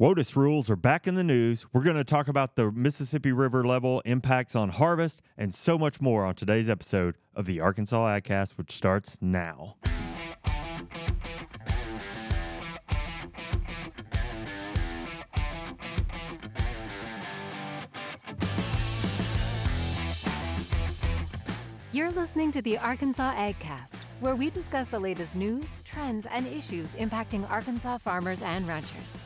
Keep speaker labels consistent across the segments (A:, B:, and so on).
A: WOTUS rules are back in the news. We're going to talk about the Mississippi River level impacts on harvest and so much more on today's episode of the Arkansas AgCast, which starts now.
B: You're listening to the Arkansas AgCast, where we discuss the latest news, trends, and issues impacting Arkansas farmers and ranchers.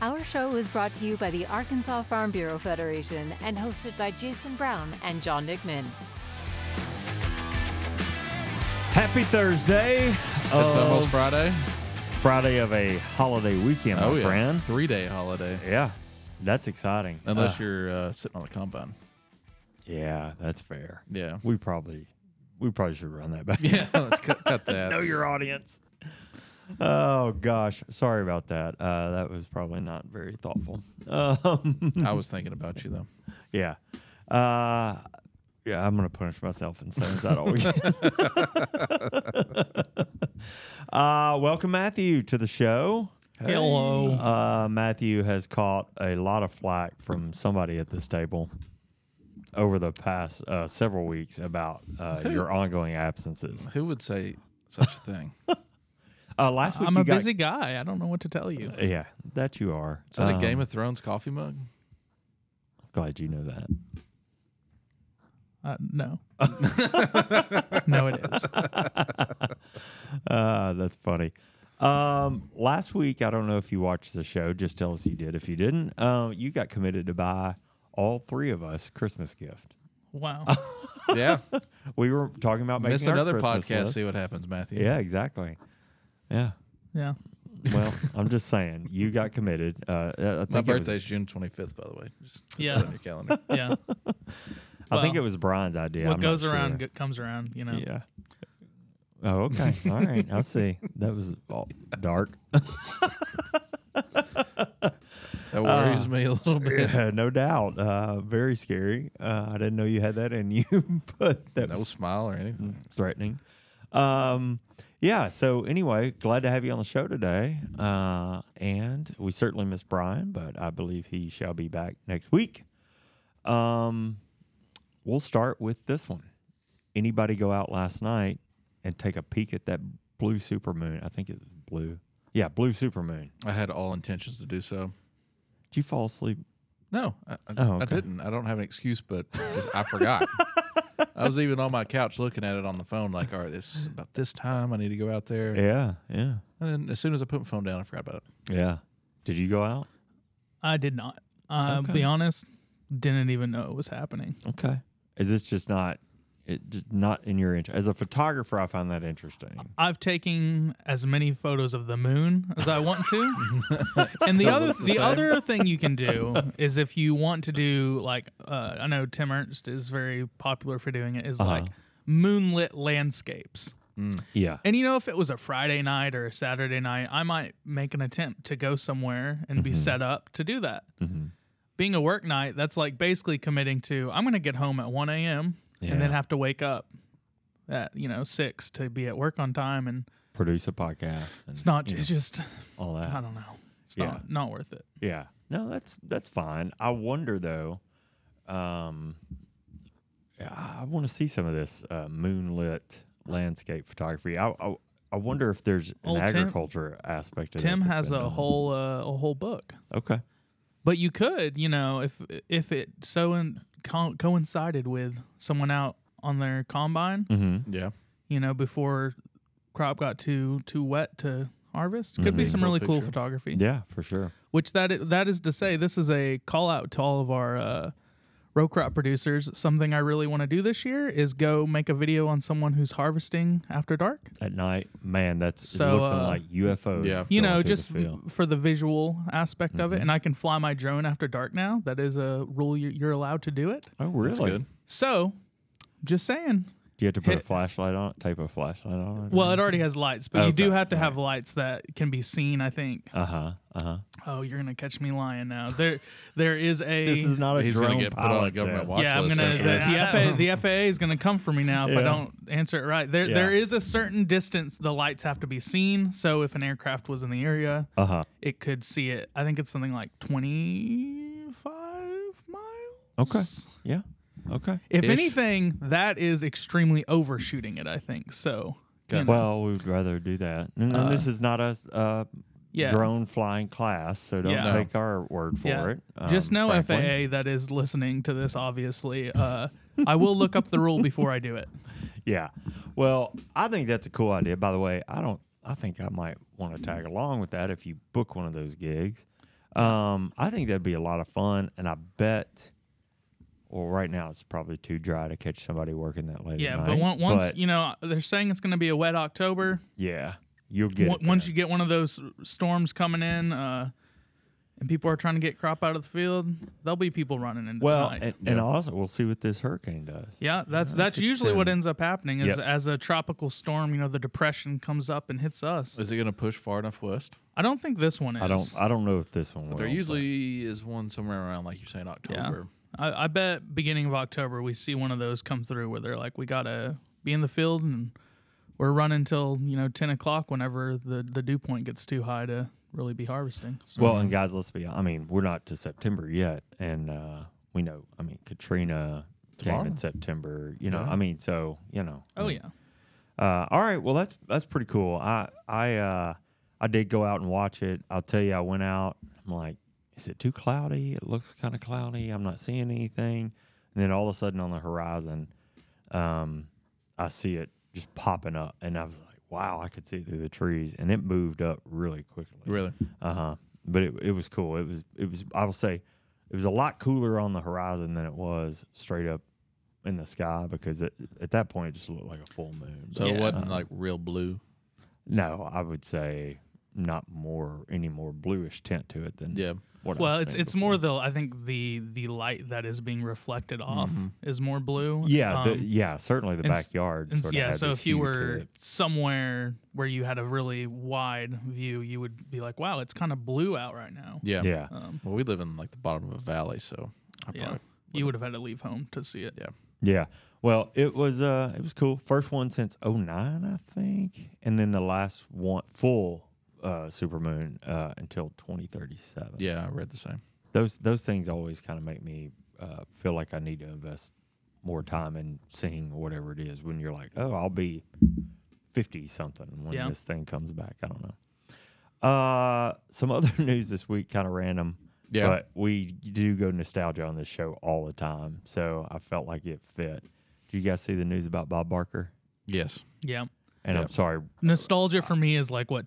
B: Our show is brought to you by the Arkansas Farm Bureau Federation and hosted by Jason Brown and John Nickman.
A: Happy Thursday.
C: It's almost
A: of
C: Friday.
A: Friday of a holiday weekend, my
C: Oh yeah,
A: friend.
C: three day holiday.
A: Yeah, that's exciting.
C: Unless
A: Uh,
C: you're uh, sitting on a combine.
A: Yeah, that's fair.
C: Yeah.
A: We probably we probably should run that back.
C: Yeah. Let's cut, cut that.
A: know your audience. Oh gosh, sorry about that. Uh, that was probably not very thoughtful. Um,
C: I was thinking about you though.
A: yeah, uh, yeah, I'm gonna punish myself and say is that all we uh, welcome Matthew to the show.
C: Hello.
A: Uh, Matthew has caught a lot of flack from somebody at this table over the past uh, several weeks about uh, your ongoing absences.
C: Who would say such a thing? Is
A: Uh, last week
D: I'm
A: you
D: a
A: got-
D: busy guy. I don't know what to tell you.
A: Yeah, that you are.
C: that a
A: Um,
C: Game of Thrones coffee mug?
A: Glad you know that.
D: Uh, no. no, it is.
A: Uh, that's funny. Um, last week, I don't know if you watched the show. Just tell us you did. If you didn't, uh, you got committed to buy all three of us Christmas gift.
D: Wow.
C: Yeah.
A: We were talking about making
C: Miss
A: our
C: another
A: Christmas
C: podcast.
A: list.
C: See what happens, Matthew.
A: Yeah, exactly. Yeah.
D: Yeah.
A: Well, I'm just saying you got committed. Uh, I think
C: My
A: it was-
C: birthday's June 25th, by the way. Just put
D: Yeah.
C: that on your calendar.
D: Yeah.
A: I think
D: well,
A: it was Brian's idea.
D: what
A: I'm not
D: goes around
A: sure.
D: go- comes around, you know.
A: Yeah. Oh, okay. All right. I see. That was all dark.
C: That worries me a little bit.
A: Uh, Yeah, no doubt. Uh, very scary. Uh, I didn't know you had that in you, but that
C: No
A: was
C: smile or anything.
A: threatening. Um, yeah. So anyway, glad to have you on the show today. Uh, and we certainly miss Brian, but I believe he shall be back next week. Um, we'll start with this one. Anybody go out last night and take a peek at that blue supermoon? I think it was blue. Yeah, blue supermoon.
C: I had all intentions to do so.
A: Did you fall asleep?
C: No, I, I,
A: Oh,
C: I
A: okay.
C: didn't. I don't have an excuse, but just I forgot. I was even on my couch looking at it on the phone, like, all right, this is about this time. I need to go out there.
A: Yeah, yeah,
C: And then as soon as I put my phone down, I forgot about it.
A: yeah. Did you go out?
D: I did not. Uh,
A: Okay.
D: Be honest, didn't even know it was happening.
A: Okay. Is this just not it just not in your interest? As a photographer, I find that interesting.
D: I've taken as many photos of the moon as I want to. and the other
C: the
D: the
C: same.
D: other thing you can do is if you want to do like uh, I know Tim Ernst is very popular for doing it
A: Uh-huh.
D: is like moonlit landscapes.
A: Yeah.
D: And you know, if it was a Friday night or a Saturday night, I might make an attempt to go somewhere and
A: Mm-hmm.
D: be set up to do that. Being a work night, that's like basically committing to I'm going to get home at 1 a.m. and then
A: Yeah.
D: have to wake up at you know six to be at work on time, and
A: Produce a podcast. And
D: it's not. It's just
A: all
D: I
A: that.
D: don't know. It's
A: Yeah.
D: not not worth it.
A: Yeah. No, that's that's fine. I wonder though. Um, yeah, I want to see some of this uh, moonlit landscape photography. I, I I wonder if there's an
D: Old Tim-
A: agriculture aspect. of
D: Tim has
A: um,
D: a whole uh, a whole book,
A: Okay.
D: but you could you know if if it so in, co- coincided with someone out on their combine.
A: Mm-hmm.
C: Yeah.
D: you know, before crop got too too wet to harvest. Could be
C: Mhm.
D: some
C: Cool
D: really cool
C: picture.
D: photography.
A: Mm-hmm. Yeah, for sure.
D: Which that i- that is to say, this is a call out to all of our uh, row crop producers. Something I really want to do this year is go make a video on someone who's harvesting after dark.
A: At night, man, that's
D: So,
A: looking
D: uh,
A: like UFOs.
C: Yeah.
D: You
A: going
D: know,
A: through the
D: just
A: field. Mm-hmm.
D: for the visual aspect of it. And I can fly my drone after dark now. That is a rule you- you're allowed to do it.
A: oh really?
C: That's good.
D: So, just saying,
A: Do you have to put a
D: Hit-
A: flashlight on it? Tape a flashlight on it?
D: Well, it already has lights, but you do
A: Mm-hmm. Okay,
D: have to have lights that can be seen. I think.
A: Uh huh. Uh huh.
D: Oh, you're gonna catch me lying now. There, there is a.
A: This is not a
C: He's gonna
A: drone
C: get put on a
A: pilot uh,
C: government
A: test.
C: watch.
D: yeah, I'm
C: list
D: gonna.
C: after
D: The,
C: this.
D: the FAA, the FAA is gonna come for me now if I
A: Yeah.
D: don't answer it right. There,
A: Yeah.
D: there is a certain distance the lights have to be seen. So if an aircraft was in the area,
A: Uh huh.
D: it could see it. I think it's something like 25 miles.
A: Okay. Yeah. Okay.
D: If
C: Ish.
D: anything, that is extremely overshooting it. I think so. you
C: Okay.
D: know.
A: Well, we'd rather do that. And, and this is not a s- uh,
D: Yeah.
A: drone flying class, so don't
D: Yeah.
A: take our word for it.
D: Just
A: um,
D: know
A: frankly.
D: FAA that is listening to this. Obviously, uh, I will look up the rule before I do it.
A: Yeah. Well, I think that's a cool idea. By the way, I don't. I think I might want to tag along with that if you book one of those gigs. Um, I think that'd be a lot of fun, and I bet. Well, right now it's probably too dry to catch somebody working that late. at
D: Yeah, but
A: night,
D: on- once
A: but
D: you know, they're saying it's going to be a wet October.
A: yeah, you'll get
D: Wa- once you get one of those storms coming in, uh, and people are trying to get crop out of the field, there'll be people running into
A: well,
D: the night.
A: and, and also we'll see what this hurricane does.
D: yeah, that's that's
A: could
D: usually what
A: send-
D: ends up happening is
A: Yep.
D: as a tropical storm, you know, the depression comes up and hits us.
C: Is it going to push far enough west?
D: I don't think this one is.
A: I don't. I don't know if this one.
C: But
A: will.
C: there usually is one somewhere around, like you say, in October.
D: I, I bet beginning of October we see one of those come through where they're like, we gotta be in the field and we're running till you know ten o'clock whenever the the dew point gets too high to really be harvesting. So,
A: Well,
C: Mhm.
A: and guys, let's be. I mean, we're not to September yet, and uh, we know. I mean, Katrina came
C: Tomorrow.
A: in September. You know,
C: Yeah.
A: I mean, so you know. I
D: oh
A: mean,
D: yeah,
A: Uh, all right. Well, that's that's pretty cool. I I uh, I did go out and watch it. I'll tell you, I went out. I'm like, is it too cloudy? It looks kind of cloudy. I'm not seeing anything. And then all of a sudden on the horizon, um, I see it just popping up, and I was like, wow, I could see it through the trees, and it moved up really quickly.
C: Really?
A: Uh huh. But it, it was cool. It was it was I will say it was a lot cooler on the horizon than it was straight up in the sky because it, at that point it just looked like a full moon.
C: So
D: Yeah.
C: it wasn't
A: Uh-huh.
C: like real blue.
A: No, I would say not more any more bluish tint to it than
C: Yeah.
A: What I've
D: Well, it's
A: seen
D: it's
A: before. Mm-hmm.
D: more the I think the the light that is being reflected off is more blue.
A: yeah the,
D: Um,
A: yeah certainly the
D: and s-
A: backyard.
D: and s-
A: sorta
D: yeah.
A: had
D: So
A: this
D: if you
A: hue to
D: were
A: it.
D: somewhere where you had a really wide view, you would be like, "Wow, it's kind of blue out right now." Um,
C: Yeah.
A: yeah
C: Well, we live in like the bottom of a valley, so I
D: Yeah.
C: probably
D: You would have had to leave home to see it.
C: yeah.
A: yeah well it was uh it was cool first one since '09, I think and then the last one full uh supermoon uh until 2037
C: Yeah, I read the same.
A: those those things always kind of make me uh, feel like I need to invest more time in seeing whatever it is. When you're like, oh, I'll be fifty something when
D: Yeah.
A: this thing comes back. I don't know. Uh, some other news this week, kind of random.
C: Yeah.
A: But we do go nostalgia on this show all the time, so I felt like it fit. Do you guys see the news about Bob Barker?
C: Yes.
D: Yeah.
A: And I'm
C: Yep.
A: sorry,
D: Nostalgia for me is like what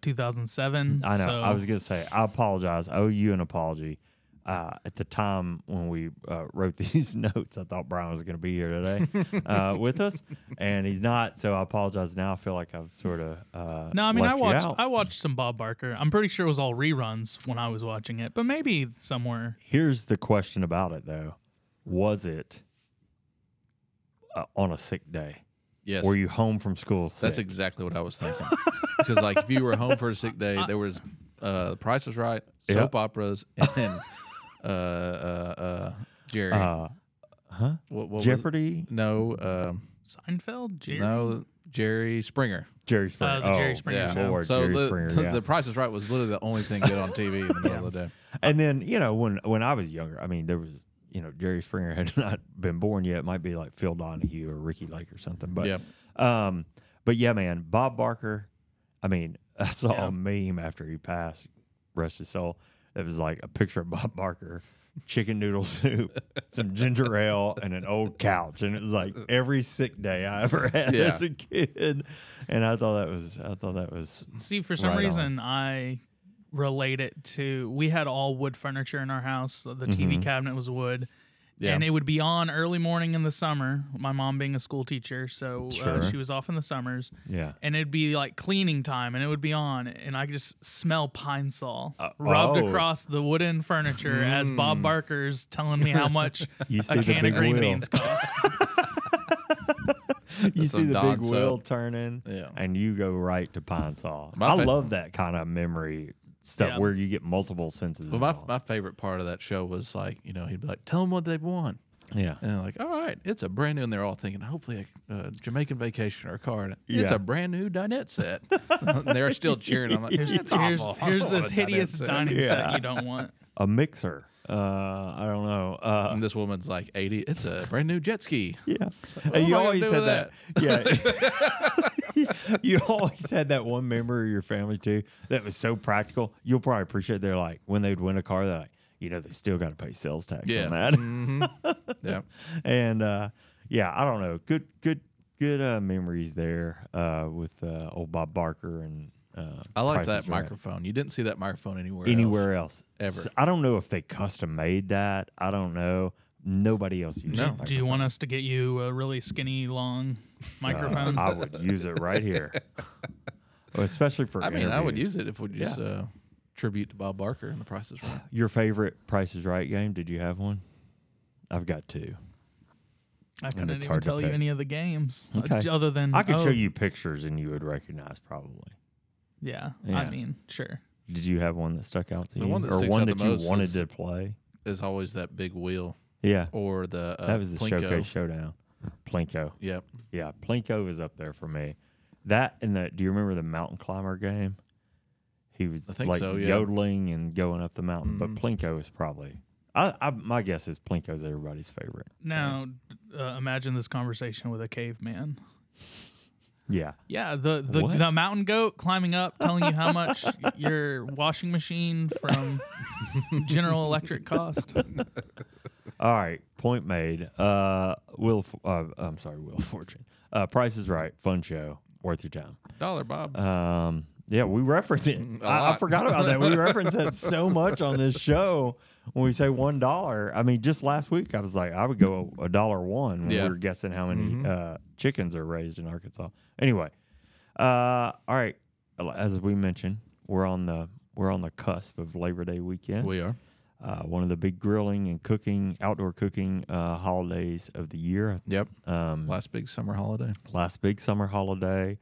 A: Mm,
D: 2007.
A: I know.
D: So,
A: I was gonna say I apologize. I owe you an apology. Uh, at the time when we uh, wrote these notes, I thought Brian was gonna be here today uh, with us, and he's not. So I apologize now. I feel like I've sort of uh,
D: no, I mean I
A: left you
D: watched
A: out.
D: I watched some Bob Barker. I'm pretty sure it was all reruns when I was watching it, but maybe somewhere.
A: Here's the question about it though: Was it uh, on a sick day?
C: Yes.
A: Were you home from school? Sick?
C: That's exactly what I was thinking. Because like if you were home for a sick day, there was uh, The Price Was Right,
A: Yeah.
C: soap operas, and then uh, uh, uh, Jerry.
A: uh,
C: what, what was it?
A: Jeopardy,
C: No, um,
D: Seinfeld, Jerry.
C: no, Jerry Springer.
A: Jerry Springer.
D: Uh, the Jerry
A: Oh,
D: Springer
C: yeah.
D: show.
A: Lord,
C: so
A: Jerry
C: the,
A: Springer, yeah.
C: the Price Is Right was literally the only thing good on TV in the middle of the day.
A: And then you know when when I was younger, I mean there was you know Jerry Springer had not been born yet. It might be like Phil Donahue or Ricky Lake or something. But
C: Yep.
A: um, but yeah, man, Bob Barker. I mean, I saw a meme after he passed, rest his soul. It was like a picture of Bob Barker, chicken noodle soup, some ginger ale, and an old couch. And it was like every sick day I ever had
C: Yeah.
A: as a kid. And I thought that was I thought that was
D: See, for some
A: Right on.
D: reason I relate it to we had all wood furniture in our house. The
A: Mm-hmm.
D: TV cabinet was wood.
C: Yeah.
D: And it would be on early morning in the summer. My mom being a school teacher, so
A: Sure.
D: uh, she was off in the summers.
A: yeah.
D: and it'd be like cleaning time and it would be on and i could just smell pine saw rubbed
A: oh. Mm.
D: across the wooden furniture as bob barker's telling me how much
A: You see
D: a
A: the
D: can
A: big
D: of green
A: wheel.
D: beans cost
A: you see
C: some
A: the big
C: dogs
A: wheel
C: up.
A: turning,
C: Yeah.
A: and you go right to Pine Saw.
C: My
A: I
C: fa-
A: love that kind of memory stuff
D: Yeah.
A: where you get multiple senses.
C: But my,
A: involved.
C: my favorite part of that show was like, you know, he'd be like, tell them what they've won.
A: yeah,
C: And they're like, all right, it's a brand new. And they're all thinking, hopefully, a uh, Jamaican vacation or a car. And It's
A: Yeah.
C: a brand new dinette set. and they're still cheering. I'm like,
D: Here's,
C: that's
D: here's,
C: awful. I
D: here's
C: don't want
D: this
C: a dinette
D: hideous
C: set."
D: dining
A: Yeah.
D: set you don't want.
A: a mixer. Uh, I don't know. Uh,
C: And this woman's like 80. It's a brand new jet ski.
A: yeah,
C: what
A: and
C: am
A: you
C: I gonna
A: always
C: do
A: had
C: with
A: that. Yeah, you always had that one member of your family too that was so practical. You'll probably appreciate. They're like when they'd win a car, they're like, you know, they still got to pay sales tax
C: Yeah.
A: on that.
C: Yeah.
A: and uh, yeah, I don't know. Good, good, good uh, memories there uh, with uh, old Bob Barker and uh,
C: I like
A: Price
C: that
A: is Right.
C: microphone. You didn't see that microphone anywhere.
A: Anywhere else,
C: Ever.
A: S- I don't know if they custom made that. I don't know. Nobody else uses.
C: No.
A: that
D: Do you
A: microphone.
D: want us to get you a really skinny, long microphone?
A: Uh, I would use it right here, Well, especially for.
C: Else. I mean, I would
A: interviews.
C: use it if we just uh, tribute to Bob Barker and the Price is Right.
A: Your favorite Price is Right game? Did you have one? I've got two.
D: I
A: it's
D: couldn't even
A: hard to
D: tell you
A: pick.
D: any of the games uh,
A: Okay.
D: j- other than
A: I could
D: oh,
A: show you pictures and you would recognize probably.
D: Yeah,
A: Yeah.
D: I mean, sure.
A: Did you have one that stuck out to
C: The
A: you,
C: one that
A: or
C: sticks
A: one
C: out
A: that
C: the
A: you
C: most
A: wanted
C: is-
A: to play?
C: Is always that big wheel
A: Yeah,
C: or the uh,
A: that was the
C: Plinko.
A: showcase showdown. Plinko,
C: Yep.
A: yeah, Plinko is up there for me. That and the. Do you remember the mountain climber game? He was
C: I think
A: like
C: so, yeah. Mm-hmm.
A: yodeling and going up the mountain, but Plinko is probably. I, I my guess is Plinko is everybody's favorite.
D: Now, uh, imagine this conversation with a caveman.
A: Yeah,
D: Yeah, the the,
A: What?
D: the mountain goat climbing up, telling you how much your washing machine from General Electric cost.
A: All right, point made. Uh, Will, F- uh, I'm sorry, Will Fortune. Uh, Price is Right, fun show, worth your time.
C: Dollar Bob.
A: Um, yeah, we reference it.
C: A
A: I, I
C: lot.
A: forgot about that. We reference that so much on this show. When we say one dollar, I mean just last week I was like I would go a dollar one when
C: Yeah. Mm-hmm.
A: we were guessing how many uh, chickens are raised in Arkansas. Anyway, uh, all right. As we mentioned, we're on the we're on the cusp of Labor Day weekend
C: we are.
A: uh, one of the big grilling and cooking, outdoor cooking uh, holidays of the year.
C: Yep.
A: Um,
C: Last big summer holiday.
A: last big summer holiday.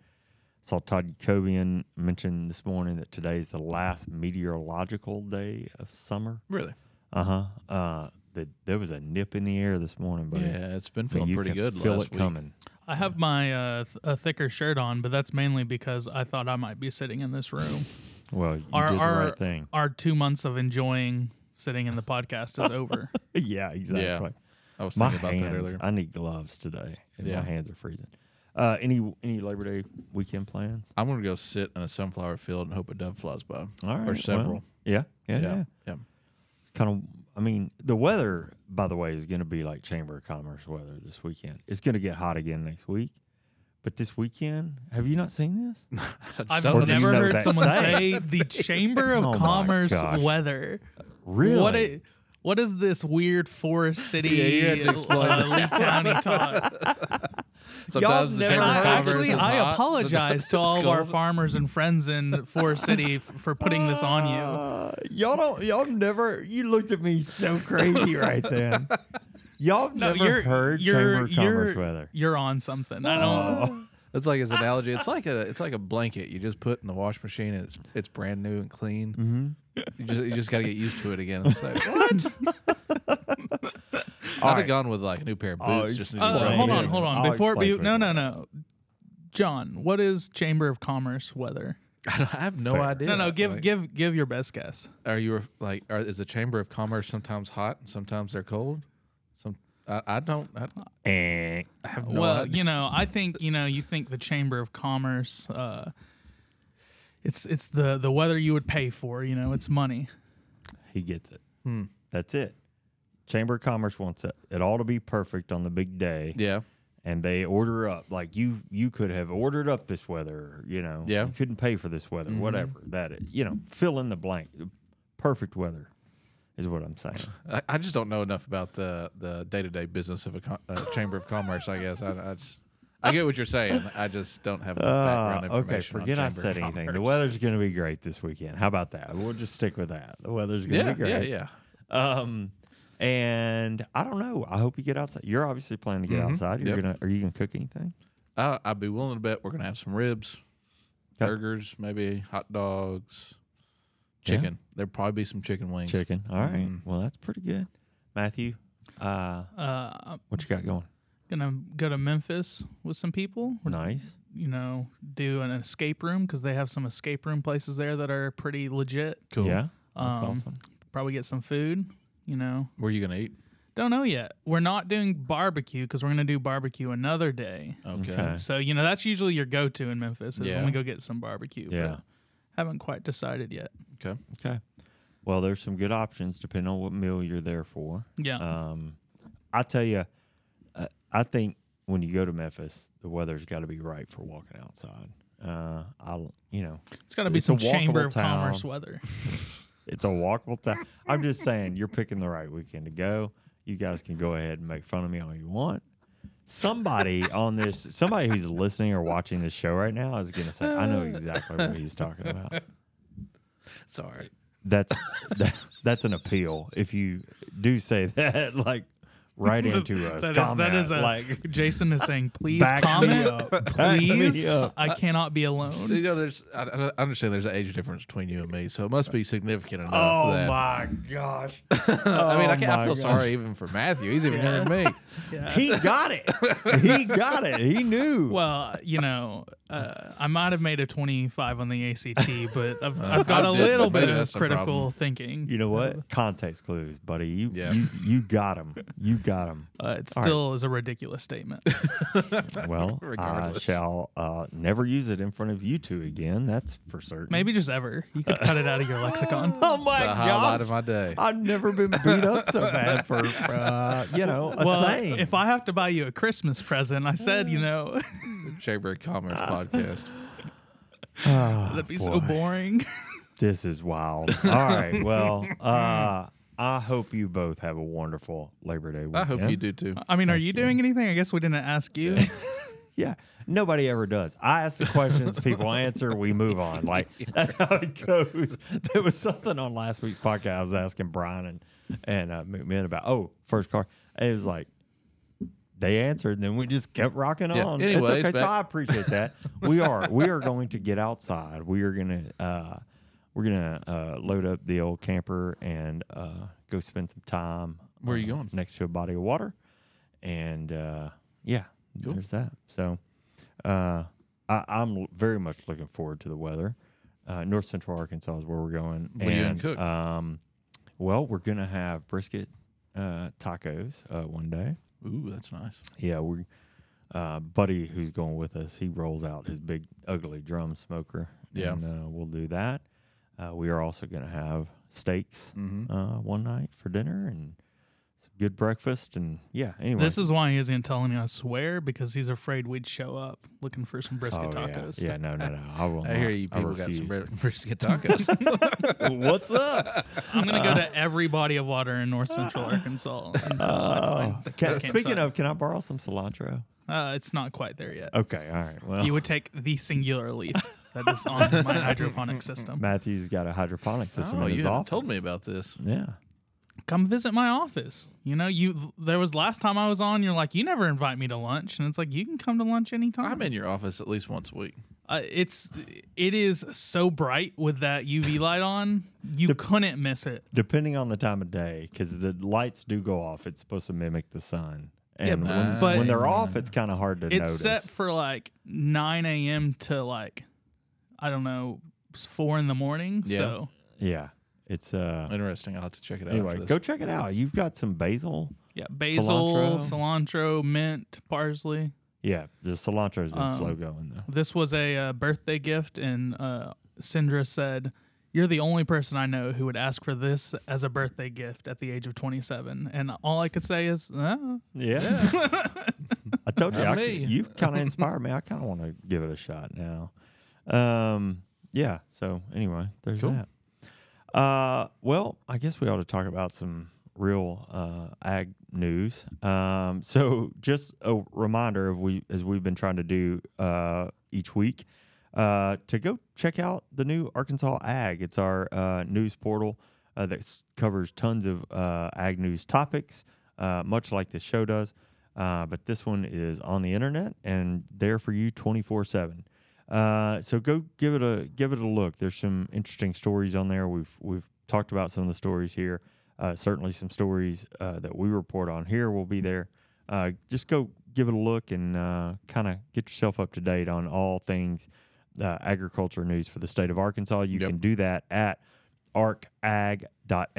A: Saw Todd Jacobian mention this morning that today's the last meteorological day of summer.
C: Really?
A: Uh-huh. Uh The, there was a nip in the air this morning, buddy.
C: Yeah, it's
A: I
C: been
A: mean,
C: feeling
A: you
C: pretty
A: can
C: good
A: Feel
C: last
A: it
C: week.
A: coming.
D: I have my uh, th- a thicker shirt on, but that's mainly because I thought I might be sitting in this room.
A: Well, you
D: Our
A: did the
D: our
A: right thing.
D: our two months of enjoying sitting in the podcast is over.
A: yeah, exactly.
C: I was
A: my
C: thinking about
A: hands,
C: that earlier.
A: I need gloves today, and
C: Yeah.
A: my hands are freezing. Uh, any any Labor Day weekend plans?
C: I'm gonna go sit in a sunflower field and hope a dove flies by.
A: All right,
C: or
A: well,
C: several.
A: yeah, yeah, yeah.
C: yeah. yeah.
A: It's kind of. I mean, the weather, by the way, is going to be like Chamber of Commerce weather this weekend. It's going to get hot again next week, but this weekend, have you not seen this?
C: I just
D: I've
C: don't
A: did you
D: never
A: know
D: heard
A: that
D: someone
A: saying?
D: say the Chamber of
A: Oh my
D: Commerce
A: gosh.
D: weather.
A: Really?
D: What i- what is this weird forest city
C: Yeah, you had to explain
D: uh, Lee County talk?
C: Sometimes the
A: never-
C: Chamber of
D: I
A: Converse
C: Commerce
D: actually,
C: is
D: I
C: hot.
D: apologize to all of our
C: cold.
D: farmers and friends in Forest City f- for putting this on you.
A: Uh, y'all don't. Y'all never. You looked at me so crazy right then. Y'all have never heard Chamber of Commerce
D: you're,
A: weather. Oh.
D: You're on something. I don't.
C: It's like his analogy. It's like a it's like a blanket you just put in the wash machine and it's it's brand new and clean. Mm-hmm. You just you just got to get used to it again. It's like what? I'd
A: All
C: have
A: right.
C: gone with like a new pair of boots.
A: it's-
C: just
A: Uh,
C: new
D: Uh, hold on, hold on.
A: I'll
D: Before
A: explain
D: we,
A: to
D: no,
A: you.
D: no, no. John, what is Chamber of Commerce weather?
C: I, don't- I have no
A: Fair.
C: idea.
D: No, no. Give,
C: Like,
D: give, give your best guess.
C: Are you ref- like? Are, is the Chamber of Commerce sometimes hot and sometimes they're cold? Some I, I don't. I,
A: Eh.
C: I have no
D: well,
C: idea.
D: you know, I think you know, you think the Chamber of Commerce. Uh, it's it's the the weather you would pay for. You know, it's money.
A: He gets it.
D: Hmm.
A: That's it. Chamber of Commerce wants it. It ought to be perfect on the big day.
C: yeah.
A: and they order up like you you could have ordered up this weather you know
C: Yeah. Mm-hmm.
A: you couldn't pay for this weather whatever that is you know fill in the blank perfect weather is what i'm saying
C: I, I just don't know enough about the the day to day business of a, co- uh chamber of commerce. I guess I, I just I get what you're saying. I just don't have enough background
A: Uh,
C: information.
A: okay forget
C: on
A: i
C: Chamber of
A: said anything the
C: Commerce.
A: weather's going to be great this weekend how about that we'll just stick with that the weather's going to
C: Yeah,
A: be
C: yeah,
A: great
C: yeah.
A: um and i don't know i hope you get outside you're obviously planning to get outside you're
C: Mm-hmm. Yep.
A: gonna are you gonna cook anything
C: I, I'd be willing to bet we're gonna have some ribs,
A: Yep.
C: burgers, maybe hot dogs, chicken. There'd probably be some chicken wings.
A: Chicken. All right.
C: Mm.
A: Well, that's pretty good. Matthew, uh,
D: Uh, I'm
A: what you got going?
D: gonna go to Memphis with some people. We're,
A: Nice.
D: You know, do an escape room because they have some escape room places there that are pretty legit.
C: Cool.
A: Yeah. That's
D: Um,
A: awesome.
D: Probably get some food. You know,
C: Where you gonna eat?
D: don't know yet. We're not doing barbecue because we're gonna do barbecue another day.
C: Okay.
A: Okay.
D: So you know that's usually your go-to in Memphis is
C: Yeah.
D: when we go get some barbecue. but
A: Yeah.
D: haven't quite decided yet.
C: Okay.
A: Okay. Well, there's some good options depending on what meal you're there for.
D: Yeah.
A: Um, I tell you, uh, I think when you go to Memphis, the weather's got to be right for walking outside. Uh, I, you know,
D: It's got to be
A: It's a
D: some chamber
A: walkable
D: of commerce
A: town.
D: weather.
A: it's a walkable time. I'm just saying, you're picking the right weekend to go. You guys can go ahead and make fun of me all you want. Somebody on this, somebody who's listening or watching this show right now is going to say, I know exactly what he's talking about.
C: Sorry.
A: that's that, that's an appeal if you do say that like right into us
D: That is-
A: comment
D: that is a
A: like
D: Jason is saying, please
A: Back me
D: comment,
A: up. Back me
D: please.
A: up.
D: I cannot be
C: You
D: alone.
C: know, there's I, I- I understand there's an age difference between you and me, so it must be significant enough.
A: oh
C: that,
A: my gosh
C: I mean,
A: oh
C: I, can't,
A: my
C: I feel
A: gosh.
C: sorry even for Matthew. He's even younger than me.
A: he got it he got it he knew
D: Well, you know, uh, I might have made a 25 on the ACT, but
A: Uh,
D: I've, I've got
C: I
D: a
C: did,
D: little
C: but maybe
D: bit of
C: that's the
D: critical
C: problem.
D: thinking.
A: you know what context clues buddy you
C: Yeah.
A: you, you got him you got him
D: Uh, it
A: All right.
D: still is a ridiculous statement.
A: well i
C: Regardless.
A: shall uh, never use it in front of you two again that's for certain
D: Maybe just ever. You could cut it out of your lexicon.
A: oh my
C: The highlight of
A: gosh
C: my day.
A: I've never been beat up so bad for, uh, you know, a
D: Well,
A: saying.
D: if I have to buy you a Christmas present, I said, you know,
C: Chamber of Commerce podcast.
D: that'd be so
A: boy.
D: boring.
A: This is wild. All right. Well,
C: Mm-hmm.
A: uh, I hope you both have a wonderful Labor Day weekend.
C: I hope you do too.
D: I mean, are you doing anything? I guess we didn't ask you.
A: Yeah. Nobody ever does. I ask the questions, people answer, we move on. Like that's how it goes. There was something on last week's podcast I was asking Brian and and uh, McMahon about. Oh, first car. And it was like they answered, and then we just kept rocking
C: Yeah.
A: on. it's
C: Anyways,
A: okay. So
C: back-
A: I appreciate that. We are we are going to get outside. We are gonna uh, we're gonna uh, load up the old camper and uh, go spend some time.
C: Where are you
A: uh,
C: going?
A: Next to a body of water, and uh, yeah,
C: Cool.
A: there's that. So uh, I, I'm l- very much looking forward to the weather. Uh, North Central Arkansas is where we're going.
C: What are you gonna cook?
A: Um, well, we're gonna have brisket uh, tacos uh, one day.
C: Ooh, that's nice.
A: Yeah, we uh buddy who's going with us, he rolls out his big ugly drum smoker.
C: Yeah.
A: And uh, we'll do that. Uh, we are also gonna have steaks
C: Mm-hmm.
A: uh, one night for dinner and some good breakfast and yeah, anyway.
D: This is why he isn't telling us swear because he's afraid we'd show up looking for
A: Oh,
D: some brisket
A: yeah.
D: tacos.
A: Yeah. no, no, no. I will
C: I hear
A: not.
C: you
A: I
C: people got some
A: refuse.
C: bri- brisket tacos.
A: What's up?
D: I'm gonna go to every body of water in North Central Arkansas. until I find
A: Can-
D: this
A: Oh, speaking
D: campsite.
A: of, can I borrow some cilantro?
D: uh, it's not quite there yet.
A: Okay, all right. Well,
D: You would take the singular leaf that is on my hydroponic system.
A: Matthew's got a hydroponic system
C: oh,
A: in his
C: you haven't
A: office.
C: told me about this.
A: Yeah.
D: Come visit my office. You know, you there was last time I was on. You're like, you never invite me to lunch, and it's like you can come to lunch anytime.
C: I'm in your office at least once a week.
D: uh, it's it is so bright with that UV light on. You couldn't miss it.
A: Depending on the time of day, because the lights do go off, it's supposed to mimic the sun. And
D: but-
A: when,
D: but-
A: when they're off, it's kind of hard to
D: it's
A: notice.
D: set for like 9 a.m. to like I don't know s- four in the morning.
C: Yeah.
D: So
A: yeah. It's uh.
C: Interesting. I'll have to check it out.
A: Anyway,
C: after this.
A: go check it out. You've got some basil.
D: yeah, basil, cilantro, mint, parsley.
A: Yeah, the cilantro's been
D: Um,
A: slow going though.
D: This was a uh, birthday gift, and uh, Sindra said, "You're the only person I know who would ask for this as a birthday gift at the age of 27." And all I could say is, uh,
A: Yeah. I told you, I
C: Not
A: could-
C: me.
A: you kind of inspired me. I kind of want to give it a shot now. Um, yeah. So anyway, there's
C: Cool.
A: that. Uh, well, I guess we ought to talk about some real uh, ag news. Um, so just a reminder of we as we've been trying to do uh, each week uh, to go check out the new Arkansas Ag. It's our uh, news portal uh, that s- covers tons of uh, ag news topics, uh, much like this show does. Uh, but this one is on the internet and there for you 24 7. Uh, so go give it a give it a look. There's some interesting stories on there. We've we've talked about some of the stories here. Uh, certainly, some stories uh, that we report on here will be there. Uh, just go give it a look and uh, kind of get yourself up to date on all things uh, agriculture news for the state of Arkansas. You
C: Yep.
A: can do that at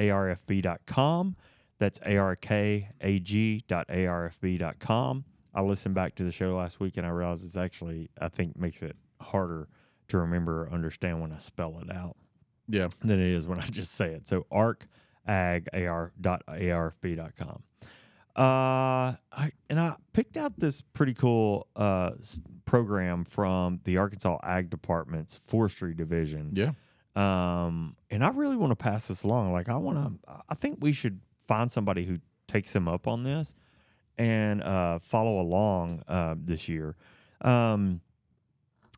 A: arcag.arfb.com. That's arkag.arfb.com. I listened back to the show last week and I realized it's actually, I think, makes it harder to remember or understand when I spell it out
C: Yeah.
A: than it is when I just say it. So arc ag ar dot arfb dot com. Uh, I, and I picked out this pretty cool uh, s- program from the Arkansas Ag Department's Forestry Division.
C: Yeah.
A: Um, and I really want to pass this along. Like, I want to, I think we should find somebody who takes them up on this and uh, follow along uh, this year. Um,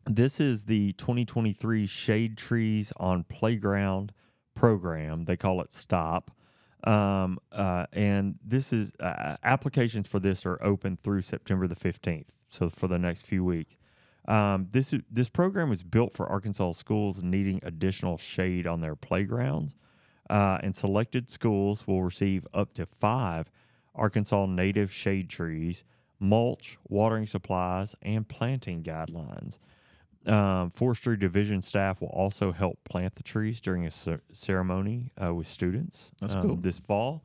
A: this is the 2023 Shade Trees on Playground program. They call it STOP. Um, uh, and this is uh, applications for this are open through September the 15th. So for the next few weeks. Um, this is- this program is built for Arkansas schools needing additional shade on their playgrounds, uh, and selected schools will receive up to five Arkansas native shade trees, mulch, watering supplies, and planting guidelines. Um, forestry division staff will also help plant the trees during a cer- ceremony uh, with students
C: That's
A: um,
C: cool.
A: this fall.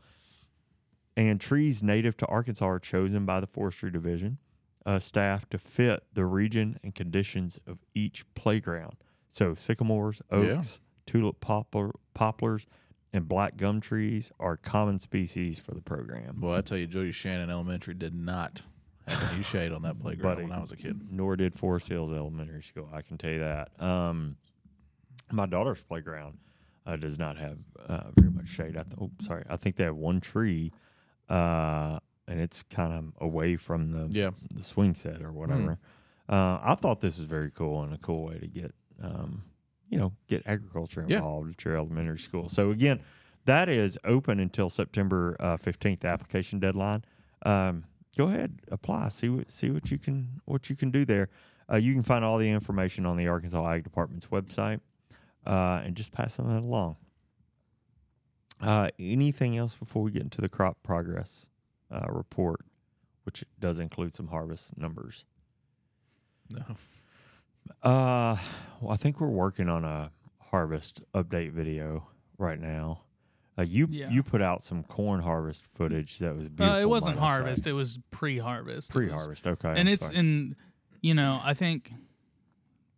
A: And trees native to Arkansas are chosen by the forestry division uh, staff to fit the region and conditions of each playground. So sycamores,
C: Yeah.
A: oaks, tulip poplar, poplars, and black gum trees are common species for the program.
C: Well, I tell you, Jody Shannon Elementary did not have any shade on that playground
A: Buddy.
C: when I was a kid.
A: Nor did Forest Hills Elementary School. I can tell you that. Um, my daughter's playground uh, does not have uh, very much shade. I th- oh, sorry. I think they have one tree, uh, and it's kind of away from the
C: Yeah.
A: the swing set or whatever. Uh, I thought this was very cool and a cool way to get, um, you know, get agriculture
C: Yeah.
A: involved at your elementary school. So again, that is open until September uh, fifteenth, the application deadline. Um, go ahead, apply, see what see what you can what you can do there. Uh, you can find all the information on the Arkansas Ag Department's website, uh, and just passing that along. Uh, anything else before we get into the crop progress uh, report? which does include some harvest numbers.
C: No.
A: Uh, well, I think we're working on a harvest update video right now. Uh, you
D: Yeah.
A: you put out some corn harvest footage that was
D: Uh,
A: beautiful.
D: it wasn't
A: might I say.
D: harvest; it was pre-harvest. It was-
A: Pre-harvest, okay. I'm
D: and it's
A: sorry.
D: in, you know, I think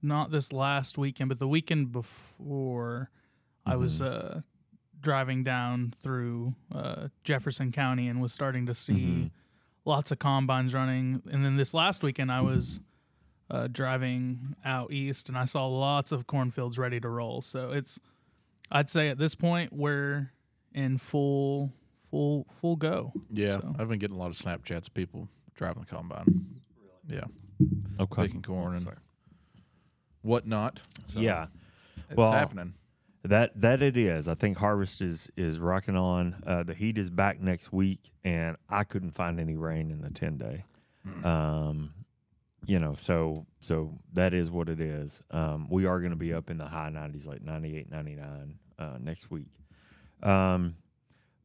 D: not this last weekend, but the weekend before, I was
A: Mm-hmm.
D: uh, driving down through uh, Jefferson County and was starting to see
A: Mm-hmm.
D: lots of combines running. And then this last weekend, I was uh, driving out east and I saw lots of cornfields ready to roll. So it's, I'd say at this point we're in full, full, full go.
C: Yeah.
D: So-
C: I've been getting a lot of Snapchats of people driving the combine. Yeah.
A: okay.
C: Picking corn and whatnot. So
A: yeah.
C: It's
A: Well,
C: happening.
A: That that it is. I think harvest is is rocking on. Uh, the heat is back next week, and I couldn't find any rain in the ten day. Um, you know, so so that is what it is. Um, we are going to be up in the high nineties, like 98, 99 uh, next week. Um,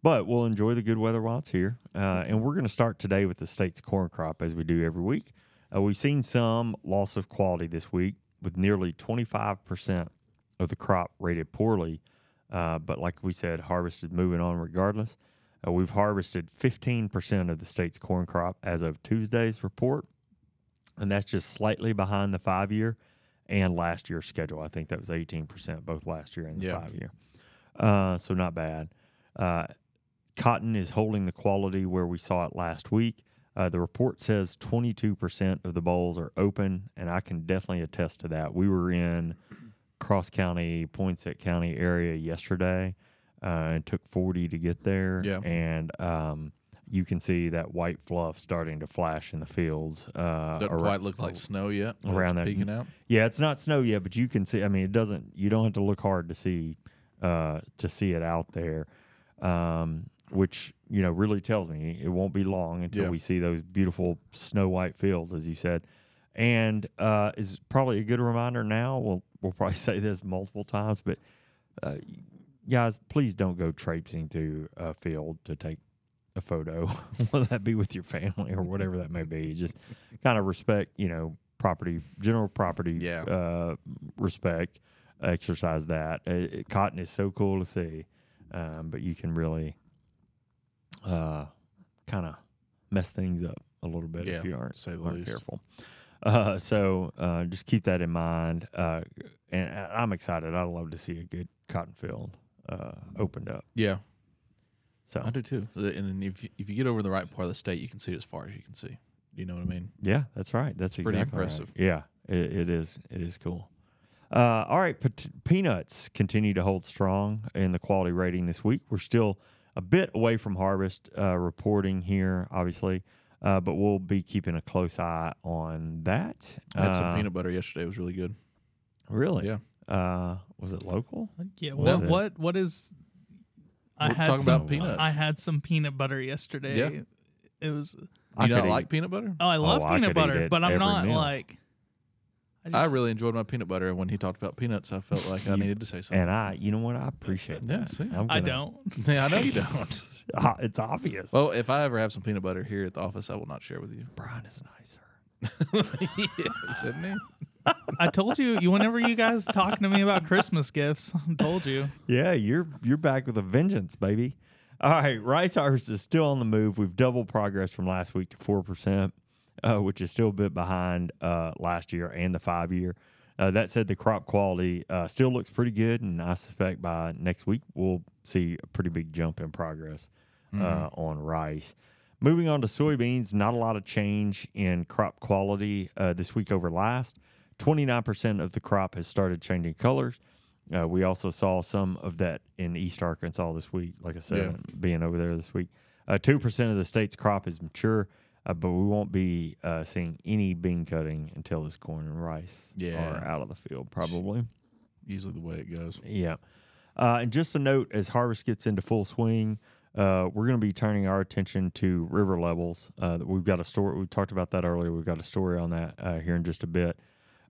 A: but we'll enjoy the good weather while it's here. Uh, and we're going to start today with the state's corn crop as we do every week. Uh, we've seen some loss of quality this week with nearly 25% of the crop rated poorly. Uh, but like we said, harvest is moving on regardless. Uh, we've harvested 15% of the state's corn crop as of Tuesday's report. And that's just slightly behind the five year and last year's schedule. I think that was 18% both last year and the
C: Yeah.
A: five year. Uh, so not bad. Uh, cotton is holding the quality where we saw it last week. Uh, the report says 22% of the bowls are open, and I can definitely attest to that. We were in Cross County, Poinsett County area yesterday, uh, and took 40 to get there.
C: Yeah.
A: and um, you can see that white fluff starting to flash in the fields. Uh,
C: Doesn't
A: ar-
C: quite look like snow yet. but
A: around
C: it's
A: that-
C: peeking out.
A: yeah, it's not snow yet, but you can see. I mean, it doesn't. You don't have to look hard to see uh, to see it out there. Um, which you know really tells me it won't be long until
C: Yeah.
A: we see those beautiful snow white fields, as you said. And uh, is probably a good reminder now. We'll we'll probably say this multiple times, but uh, guys, please don't go traipsing through a field to take a photo, whether that be with your family or whatever that may be. Just kind of respect, you know, property, general property
C: Yeah.
A: uh, respect. Exercise that. Uh, it- cotton is so cool to see, um, but you can really uh, kind of mess things up a little bit
C: Yeah,
A: if you aren't,
C: say the
A: aren't
C: least.
A: careful. Uh, so uh, just keep that in mind. Uh, and I- I'm excited. I'd love to see a good cotton field uh, opened up.
C: Yeah,
A: So
C: I do too. The- And then if you, if you get over the right part of the state, you can see it as far as you can see. You know what I mean?
A: Yeah, that's right. That's
C: Pretty
A: exactly right.
C: impressive.
A: Yeah, it, it is. It is cool. Uh, all right, pet- peanuts continue to hold strong in the quality rating this week. We're still a bit away from harvest uh, reporting here, obviously, uh, but we'll be keeping a close eye on that.
C: I had
A: Uh,
C: some peanut butter yesterday. It was really good.
A: Really?
C: Yeah.
A: Uh, was it local?
D: Yeah.
A: What
D: What?
A: is it?
D: What? What is? I
C: We're
D: had
C: talking
D: some,
C: about peanuts.
D: I had some peanut butter yesterday.
C: Yeah.
D: It was.
A: I
C: You not
A: could
C: like
A: eat-
C: peanut butter?
D: Oh, I love
A: I could
D: peanut
A: eat
D: butter,
A: it
D: but I'm
A: every
D: not
A: meal.
D: like.
C: I
D: just-
C: really enjoyed my peanut butter, and when he talked about peanuts, I felt like I needed to say something.
A: And I, you know what? I appreciate
C: Yeah,
A: that.
C: see?
A: I'm
D: I
A: gonna-
D: don't.
C: yeah, I know you don't.
A: it's obvious.
C: Well, if I ever have some peanut butter here at the office, I will not share with you.
A: Brian is nicer.
C: yes, isn't he?
D: I told you. You whenever you guys talking to me about Christmas gifts, I told you.
A: Yeah, you're you're back with a vengeance, baby. All right, rice harvest is still on the move. We've doubled progress from last week to four percent, uh, which is still a bit behind uh, last year and the five year. Uh, that said, the crop quality uh, still looks pretty good, and I suspect by next week we'll see a pretty big jump in progress uh, on rice. Moving on to soybeans, not a lot of change in crop quality uh, this week over last. 29% of the crop has started changing colors. Uh, we also saw some of that in East Arkansas this week, like I said, being over there this week. Uh, 2% of the state's crop is mature, uh, but we won't be uh, seeing any bean cutting until this corn and rice
C: Yeah.
A: are out of the field, probably.
C: Usually the way it goes.
A: Yeah. Uh, and just a note as harvest gets into full swing, uh, we're going to be turning our attention to river levels. Uh, we've got a story. We talked about that earlier. We've got a story on that uh, here in just a bit.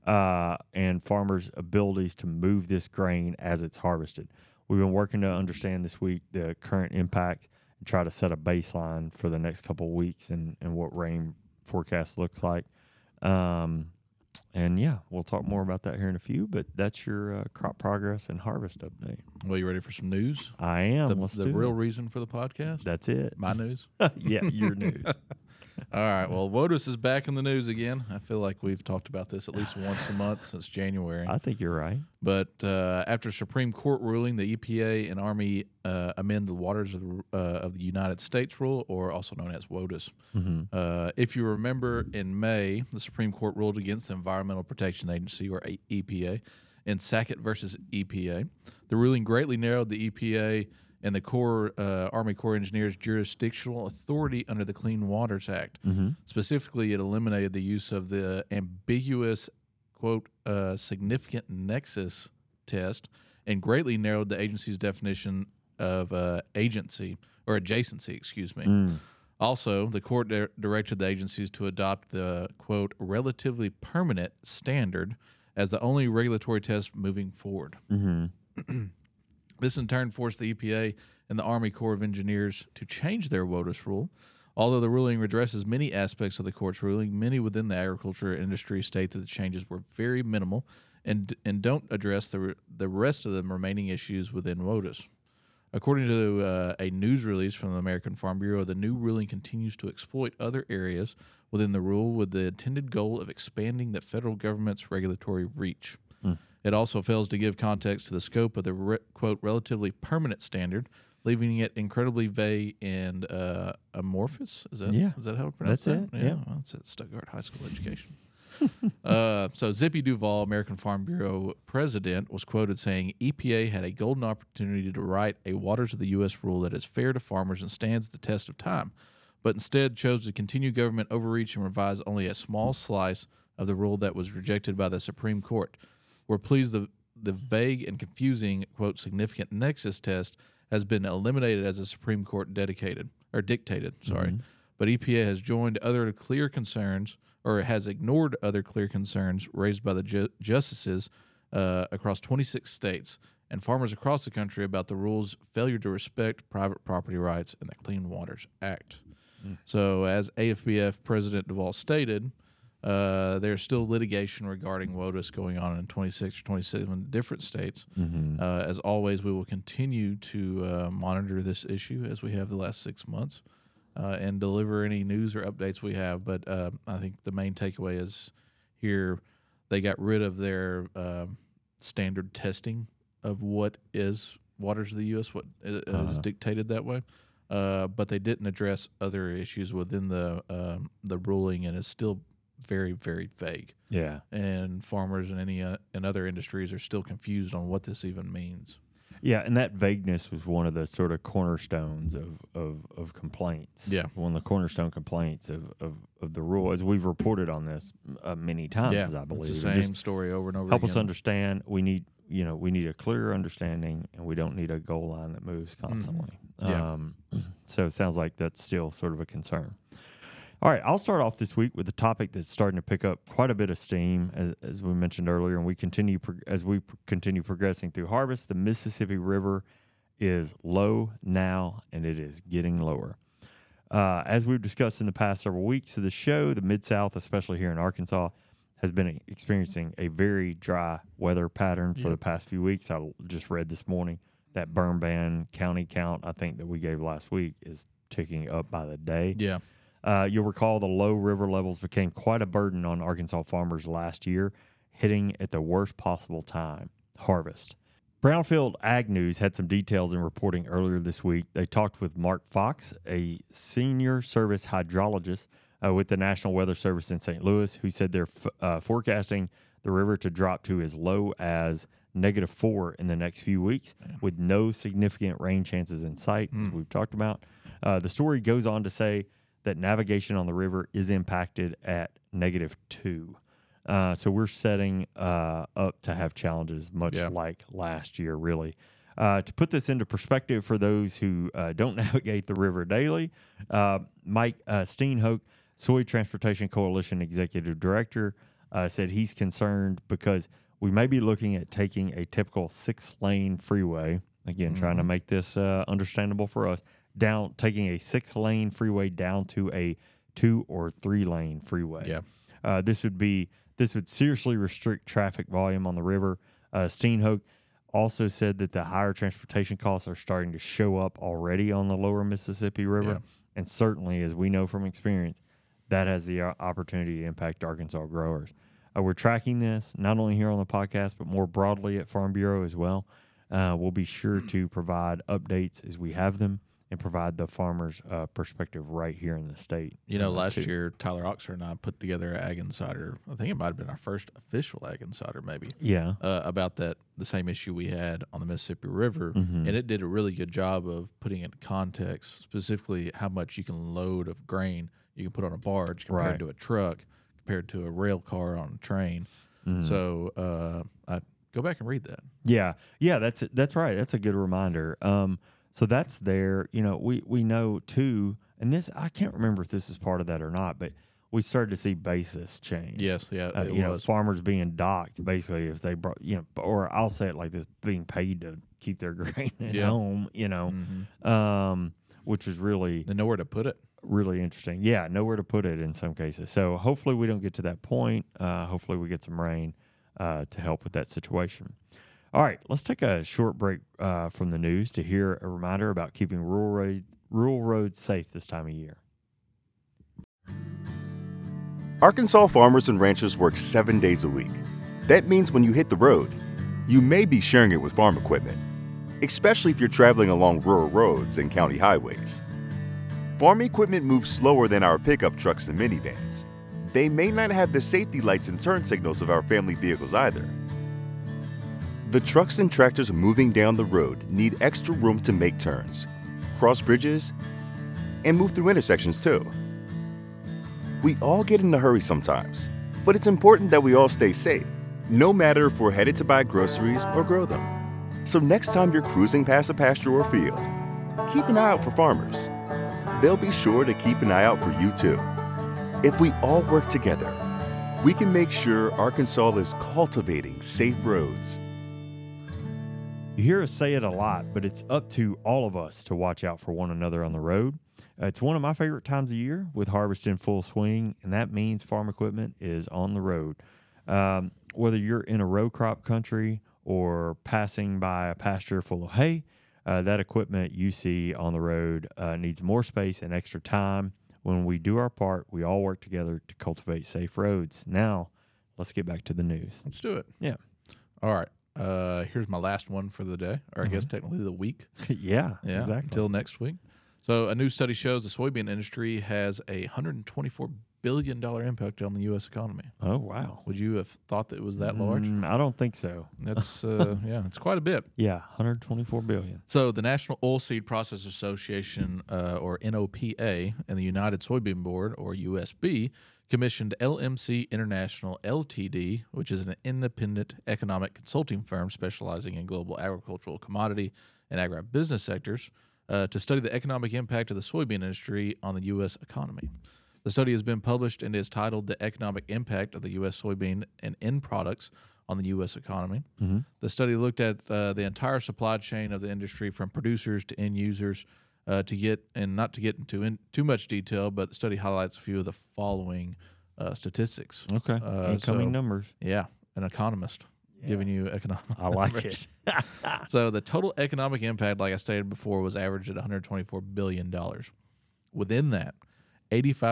A: Uh, and farmers' abilities to move this grain as it's harvested. We've been working to understand this week the current impact and try to set a baseline for the next couple of weeks and, and what rain forecast looks like. Um, and yeah, we'll talk more about that here in a few, but that's your uh, crop progress and harvest update.
C: Well, you ready for some news?
A: I am.
C: The,
A: Let's
C: the
A: do
C: real
A: it.
C: reason for the podcast?
A: That's it.
C: My news?
A: yeah, your news.
C: All right. Well, WOTUS is back in the news again. I feel like we've talked about this at least once a month since January.
A: I think you're right.
C: But uh, after Supreme Court ruling, the EPA and Army uh, amend the Waters of the, uh, of the United States rule, or also known as WOTUS. Uh, if you remember, in May, the Supreme Court ruled against the Environmental Protection Agency, or E-, A- EPA, in Sackett versus EPA. The ruling greatly narrowed the EPA and the Corps, uh, Army Corps Engineers' jurisdictional authority under the Clean Waters Act. Specifically, it eliminated the use of the ambiguous quote uh, significant nexus test and greatly narrowed the agency's definition of uh, agency or adjacency excuse me also the court di- directed the agencies to adopt the quote relatively permanent standard as the only regulatory test moving forward this in turn forced the EPA and the Army Corps of Engineers to change their WOTUS rule. Although the ruling redresses many aspects of the court's ruling, many within the agriculture industry state that the changes were very minimal and and don't address the re- the rest of the remaining issues within WOTUS. According to uh, a news release from the American Farm Bureau, the new ruling continues to exploit other areas within the rule with the intended goal of expanding the federal government's regulatory reach. It also fails to give context to the scope of the re- quote relatively permanent standard, leaving it incredibly vague and uh, amorphous. Is that
A: Yeah.
C: is that how it pronounced
A: That's
C: that?
A: it, yeah.
C: well, that's at Stuttgart High School education. Uh, so Zippy Duval, American Farm Bureau president, was quoted saying, "EPA had a golden opportunity to write a Waters of the U.S. rule that is fair to farmers and stands the test of time, but instead chose to continue government overreach and revise only a small slice of the rule that was rejected by the Supreme Court. We're pleased the the vague and confusing quote significant nexus test has been eliminated as the Supreme Court dedicated or dictated. Sorry, but EPA has joined other clear concerns or has ignored other clear concerns raised by the ju- justices uh, across 26 states and farmers across the country about the rule's failure to respect private property rights and the Clean Waters Act. So, as AFBF President Duvall stated, uh, there's still litigation regarding WOTUS going on in 26 or 27 different states.
A: Mm.
C: Uh, as always, we will continue to uh, monitor this issue as we have the last six months uh, and deliver any news or updates we have. But uh, I think the main takeaway is here they got rid of their um standard testing of what is waters of the U.S., what i- is dictated that way. Uh, but they didn't address other issues within the um, the ruling, and it's still very, very vague.
A: Yeah.
C: And farmers and any uh, and other industries are still confused on what this even means.
A: Yeah, and that vagueness was one of the sort of cornerstones of of, of complaints.
C: Yeah.
A: one of the cornerstone complaints of of, of the rule, as we've reported on this uh, many times,
C: yeah,
A: as I believe.
C: it's the
A: And
C: same
A: just
C: story over and over.
A: help
C: again.
A: us understand. We need you know we need a clearer understanding, and we don't need a goal line that moves constantly.
C: Mm-hmm. Yeah.
A: Um, so it sounds like that's still sort of a concern. All right, I'll start off this week with a topic that's starting to pick up quite a bit of steam, as, as we mentioned earlier, and we continue pro- as we pro- continue progressing through harvest. The Mississippi River is low now, and it is getting lower. Uh, as we've discussed in the past several weeks of the show, the Mid South, especially here in Arkansas, has been experiencing a very dry weather pattern for the past few weeks. I just read this morning that burn ban county count, I think, that we gave last week is ticking up by the day.
C: Yeah,
A: Uh, you'll recall the low river levels became quite a burden on Arkansas farmers last year, hitting at the worst possible time harvest. Brownfield Ag News had some details in reporting earlier this week. They talked with Mark Fox, a senior service hydrologist uh, with the National Weather Service in St. Louis, who said they're f- uh, forecasting the river to drop to as low as negative four in the next few weeks, with no significant rain chances in sight, as we've talked about. Uh, the story goes on to say that navigation on the river is impacted at negative two. Uh, so we're setting uh, up to have challenges much
C: Yeah.
A: like last year, really. Uh, to put this into perspective for those who uh, don't navigate the river daily, uh, Mike uh, Steenhoek, Soy Transportation Coalition Executive Director, uh, said he's concerned because we may be looking at taking a typical six lane freeway, again, trying to
C: Mm-hmm.
A: make this uh, understandable for us, down, taking a six lane freeway down to a two or three lane freeway.
C: Yeah.
A: Uh, this would be this would seriously restrict traffic volume on the river. Uh, Steenhoek also said that the higher transportation costs are starting to show up already on the lower Mississippi River,
C: Yeah.
A: and certainly, as we know from experience, that has the uh, opportunity to impact Arkansas growers. Uh, we're tracking this not only here on the podcast, but more broadly at Farm Bureau as well. Uh, we'll be sure to provide updates as we have them and provide the farmers' uh, perspective right here in the state.
C: you know,
A: Uh,
C: last
A: too.
C: year Tyler Oxer and I put together an Ag Insider. I think it might have been our first official Ag Insider, maybe.
A: Yeah.
C: uh, about that the same issue we had on the Mississippi River,
A: Mm-hmm.
C: and it did a really good job of putting into context specifically how much you can load of grain you can put on a barge compared
A: Right.
C: to a truck, compared to a rail car on a train.
A: Mm-hmm.
C: So uh, I go back and read that.
A: Yeah, yeah, that's that's right. That's a good reminder. Um, so that's there. You know, we we know too, and this I can't remember if this is part of that or not, but we started to see basis change.
C: Yes, yeah,
A: Uh,
C: it
A: you know,
C: was.
A: farmers being docked basically if they brought you know, or I'll say it like this: being paid to keep their grain at
C: Yeah.
A: home. You know,
C: Mm.
A: um, which is really
C: Mm-hmm. They know where to put it.
A: really interesting. Yeah, nowhere to put it in some cases. So hopefully we don't get to that point. Uh, hopefully we get some rain uh, to help with that situation. All right, let's take a short break uh, from the news to hear a reminder about keeping rural roads, rural roads safe this time of year.
E: Arkansas farmers and ranchers work seven days a week. That means when you hit the road, you may be sharing it with farm equipment, especially if you're traveling along rural roads and county highways. Farm equipment moves slower than our pickup trucks and minivans. They may not have the safety lights and turn signals of our family vehicles either. The trucks and tractors moving down the road need extra room to make turns, cross bridges, and move through intersections too. We all get in a hurry sometimes, but it's important that we all stay safe, no matter if we're headed to buy groceries or grow them. So next time you're cruising past a pasture or field, keep an eye out for farmers. They'll be sure to keep an eye out for you too. If we all work together, we can make sure Arkansas is cultivating safe roads.
A: You hear us say it a lot, but it's up to all of us to watch out for one another on the road. Uh, It's one of my favorite times of year with harvest in full swing, and that means farm equipment is on the road. Um, whether you're in a row crop country or passing by a pasture full of hay, uh, that equipment you see on the road uh, needs more space and extra time. When we do our part, we all work together to cultivate safe roads. Now, let's get back to the news.
C: Let's do it.
A: Yeah.
C: All right. Uh, here's my last one for the day, or I guess technically the week.
A: Mm-hmm. yeah,
C: Yeah,
A: exactly.
C: until next week. So, a new study shows the soybean industry has a 124 billion dollar impact on the U.S. economy.
A: oh, wow.
C: Would you have thought that it was that large?
A: Mm, I don't think so.
C: That's uh, yeah, it's quite a bit.
A: Yeah, 124 billion.
C: So, the National Oilseed Processors Association, uh, or NOPA, and the United Soybean Board, or USB, commissioned LMC International LTD, which is an independent economic consulting firm specializing in global agricultural commodity and agribusiness sectors, uh, to study the economic impact of the soybean industry on the U.S. economy. The study has been published and is titled The Economic Impact of the U.S. Soybean and End Products on the U.S. Economy. The study looked at uh, the entire supply chain of the industry from producers to end users. Uh, to get and not to get into in too much detail, but the study highlights a few of the following uh, statistics.
A: Okay.
C: Uh,
A: Incoming
C: so-
A: numbers.
C: Yeah, an economist giving you economic.
A: I like
C: numbers.
A: it.
C: So the total economic impact, like I stated before, was averaged at 124 billion dollars. Within that,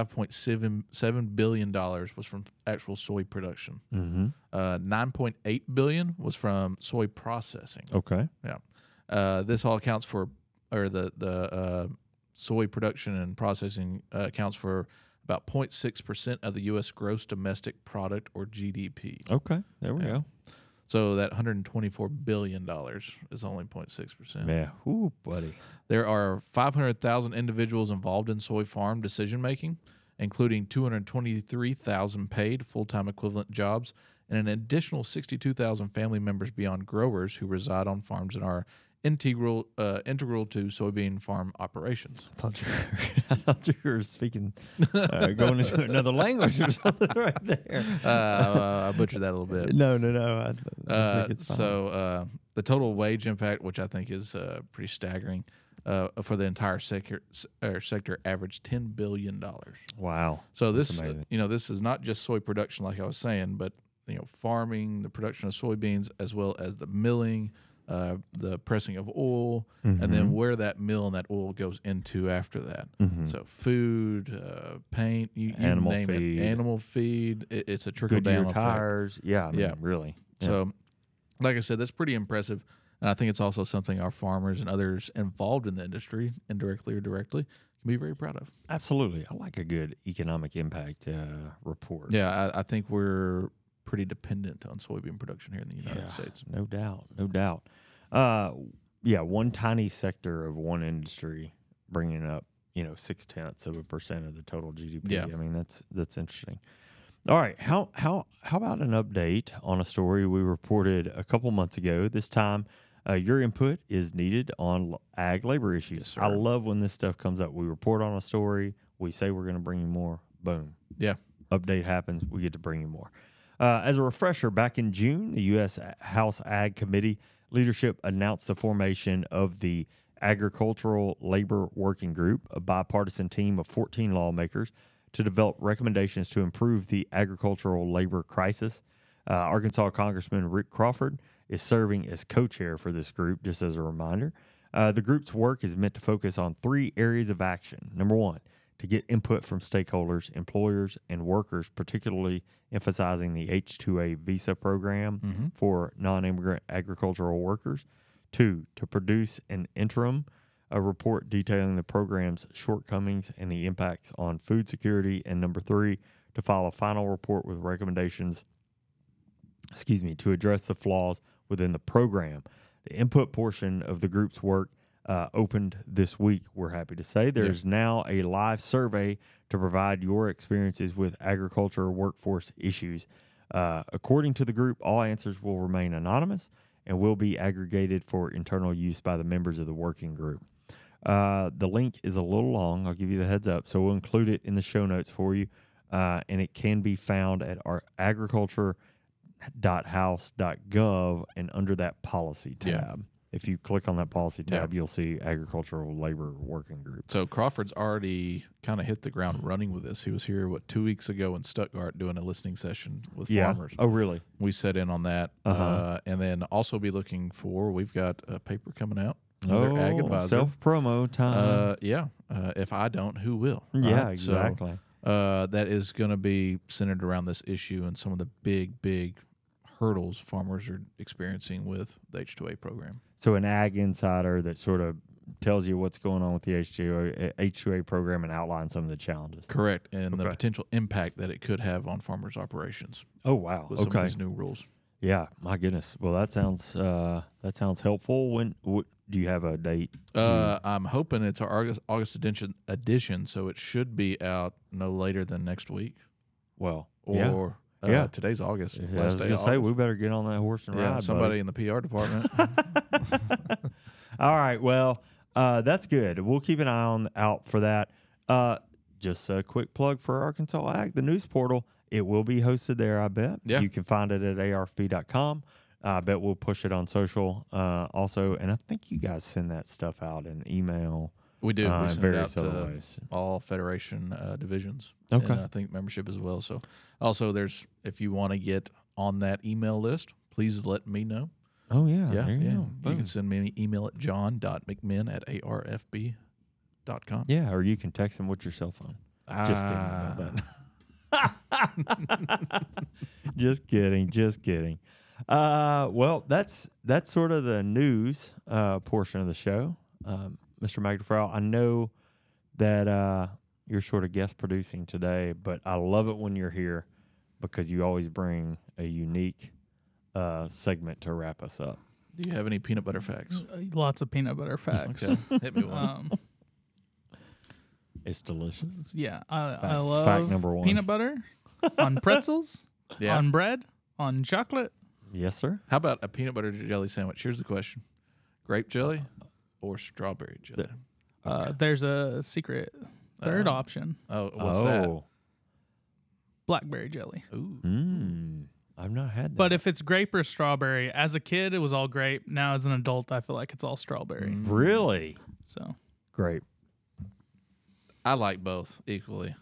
C: 85.77 billion dollars was from actual soy production.
A: Mm-hmm.
C: Uh, 9.8 billion was from soy processing.
A: Okay.
C: Yeah, uh, this all accounts for, or the the uh, soy production and processing uh, accounts for about 0.6 percent of the U.S. gross domestic product or GDP.
A: Okay. There we
C: Yeah. So that 124 billion dollars is only 0.6
A: go.
C: percent.
A: Yeah. Ooh, buddy.
C: There are 500,000 individuals involved in soy farm decision making, including 223,000 paid full time equivalent jobs and an additional 62,000 family members beyond growers who reside on farms and are integral uh, integral to soybean farm operations.
A: I thought you were, I thought you were speaking, uh, going into another language or something right there.
C: Uh, I butchered that a little bit.
A: No, no, no. I, th- I
C: Uh,
A: think it's fine.
C: so uh, the total wage impact, which I think is uh, pretty staggering, uh, for the entire sector, s- er, sector averaged ten billion dollars.
A: wow.
C: So this, uh,
A: amazing.
C: you know, this is not just soy production, like I was saying, but you know, farming, the production of soybeans, as well as the milling, uh, the pressing of oil, and
A: Mm-hmm.
C: then where that mill and that oil goes into after that. So food, uh, paint, you, you
A: Animal
C: name
A: feed.
C: it, animal feed. It, it's a trickle
A: Goodyear
C: down effect.
A: tires. Yeah. I mean,
C: Yeah.
A: Really. Yeah.
C: So, like I said, that's pretty impressive. And I think it's also something our farmers and others involved in the industry, indirectly or directly, can be very proud of.
A: absolutely. I like a good economic impact uh, report.
C: Yeah, I, I think we're pretty dependent on soybean production here in the United
A: Yeah,
C: States.
A: No doubt, no doubt. Uh, yeah, one tiny sector of one industry bringing up you know six tenths of a percent of the total GDP.
C: Yeah.
A: I mean that's that's interesting. All right, how how how about an update on a story we reported a couple months ago? This time, uh, your input is needed on l- ag labor issues.
C: Yes,
A: I
C: sir.
A: love when this stuff comes up. We report on a story, we say we're going to bring you more. Boom
C: Yeah.
A: update happens, we get to bring you more. Uh, as a refresher, back in June, the U.S. House Ag Committee leadership announced the formation of the Agricultural Labor Working Group, a bipartisan team of 14 lawmakers, to develop recommendations to improve the agricultural labor crisis. Uh, Arkansas Congressman Rick Crawford is serving as co chair for this group, just as a reminder. Uh, the group's work is meant to focus on three areas of action. Number one, to get input from stakeholders, employers, and workers, particularly emphasizing the H2A visa program for non immigrant agricultural workers. Two, to produce an interim a report detailing the program's shortcomings and the impacts on food security. And number three, to file a final report with recommendations excuse me, to address the flaws within the program. The input portion of the group's work uh, opened this week. We're happy to say there's now a live survey to provide your experiences with agriculture workforce issues. Uh, according to the group, all answers will remain anonymous and will be aggregated for internal use by the members of the working group. Uh, the link is a little long. I'll give you the heads up. So we'll include it in the show notes for you. Uh, and it can be found at our agriculture.house.gov and under that policy tab.
C: Yeah.
A: If you click on that policy
C: Yeah.
A: tab, you'll see agricultural labor working group.
C: So Crawford's already kind of hit the ground running with this. He was here what two weeks ago in Stuttgart doing a listening session with farmers.
A: Oh, Uh-huh. really?
C: We set in on that, uh, and then also be looking for. We've got a paper coming out. Another
A: Oh,
C: ag advisor.
A: self promo time.
C: uh, yeah. Uh, if I don't, who will?
A: yeah,
C: right? Uh, So,
A: exactly.
C: uh, that is going to be centered around this issue and some of the big, big hurdles farmers are experiencing with the H2A program.
A: So an ag insider that sort of tells you what's going on with the H2A, H2A program and outlines some of the challenges.
C: Correct. And the
A: Okay.
C: potential impact that it could have on farmers' operations
A: Oh wow.
C: with some of
A: okay.
C: these new rules.
A: Yeah. My goodness. Well, that sounds uh, that sounds helpful. When what, do you have a date?
C: Uh, I'm hoping it's our August, August edition, edition, so it should be out no later than next week
A: Well, yeah.
C: or Uh,
A: Yeah.
C: today's August.
A: Yeah, I was
C: last day
A: gonna
C: of
A: say we
C: August.
A: better get on that horse and
C: yeah,
A: ride.
C: somebody
A: buddy.
C: in the PR department.
A: All right. Well, uh, that's good. We'll keep an eye on out for that. Uh, just a quick plug for Arkansas Ag, the news portal. It will be hosted there, I bet.
C: Yeah.
A: You can find it at arfb.com. I bet we'll push it on social uh, also. And I think you guys send that stuff out in email.
C: we do.
A: Uh,
C: we send it out
A: various other
C: to
A: ways.
C: all federation uh, divisions.
A: Okay.
C: And I think membership as well. So also there's if you want to get on that email list, please let me know.
A: Oh, yeah.
C: yeah.
A: there you
C: yeah.
A: go.
C: You
A: Boom.
C: can send me an email at john.mcminn at arfb.com.
A: Yeah, or you can text them with your cell phone. Just kidding
C: Ah.
A: about that. Ah, just kidding, just kidding. Uh, well, that's that's sort of the news uh, portion of the show, um, Mr. Magdafrau. I know that uh, you're sort of guest producing today, but I love it when you're here because you always bring a unique uh, segment to wrap us up.
C: Do you have any peanut butter facts?
D: Lots of peanut butter facts.
C: Okay. Hit me one.
D: Um,
A: It's delicious.
D: yeah, I, I
A: fact
D: love
A: number one.
D: peanut butter on pretzels,
C: yeah.
D: on bread, on chocolate.
A: Yes, sir.
C: How about a peanut butter jelly sandwich? Here's the question. Grape jelly or strawberry jelly?
D: Uh, there's a secret third
C: Uh,
D: option:
C: Oh, what's
A: oh,
D: blackberry jelly.
C: that? Ooh.
A: Mm, I've not had that.
D: But if it's grape or strawberry, as a kid it was all grape. Now as an adult, I feel like it's all strawberry.
A: really
D: So
A: great.
C: I like both equally.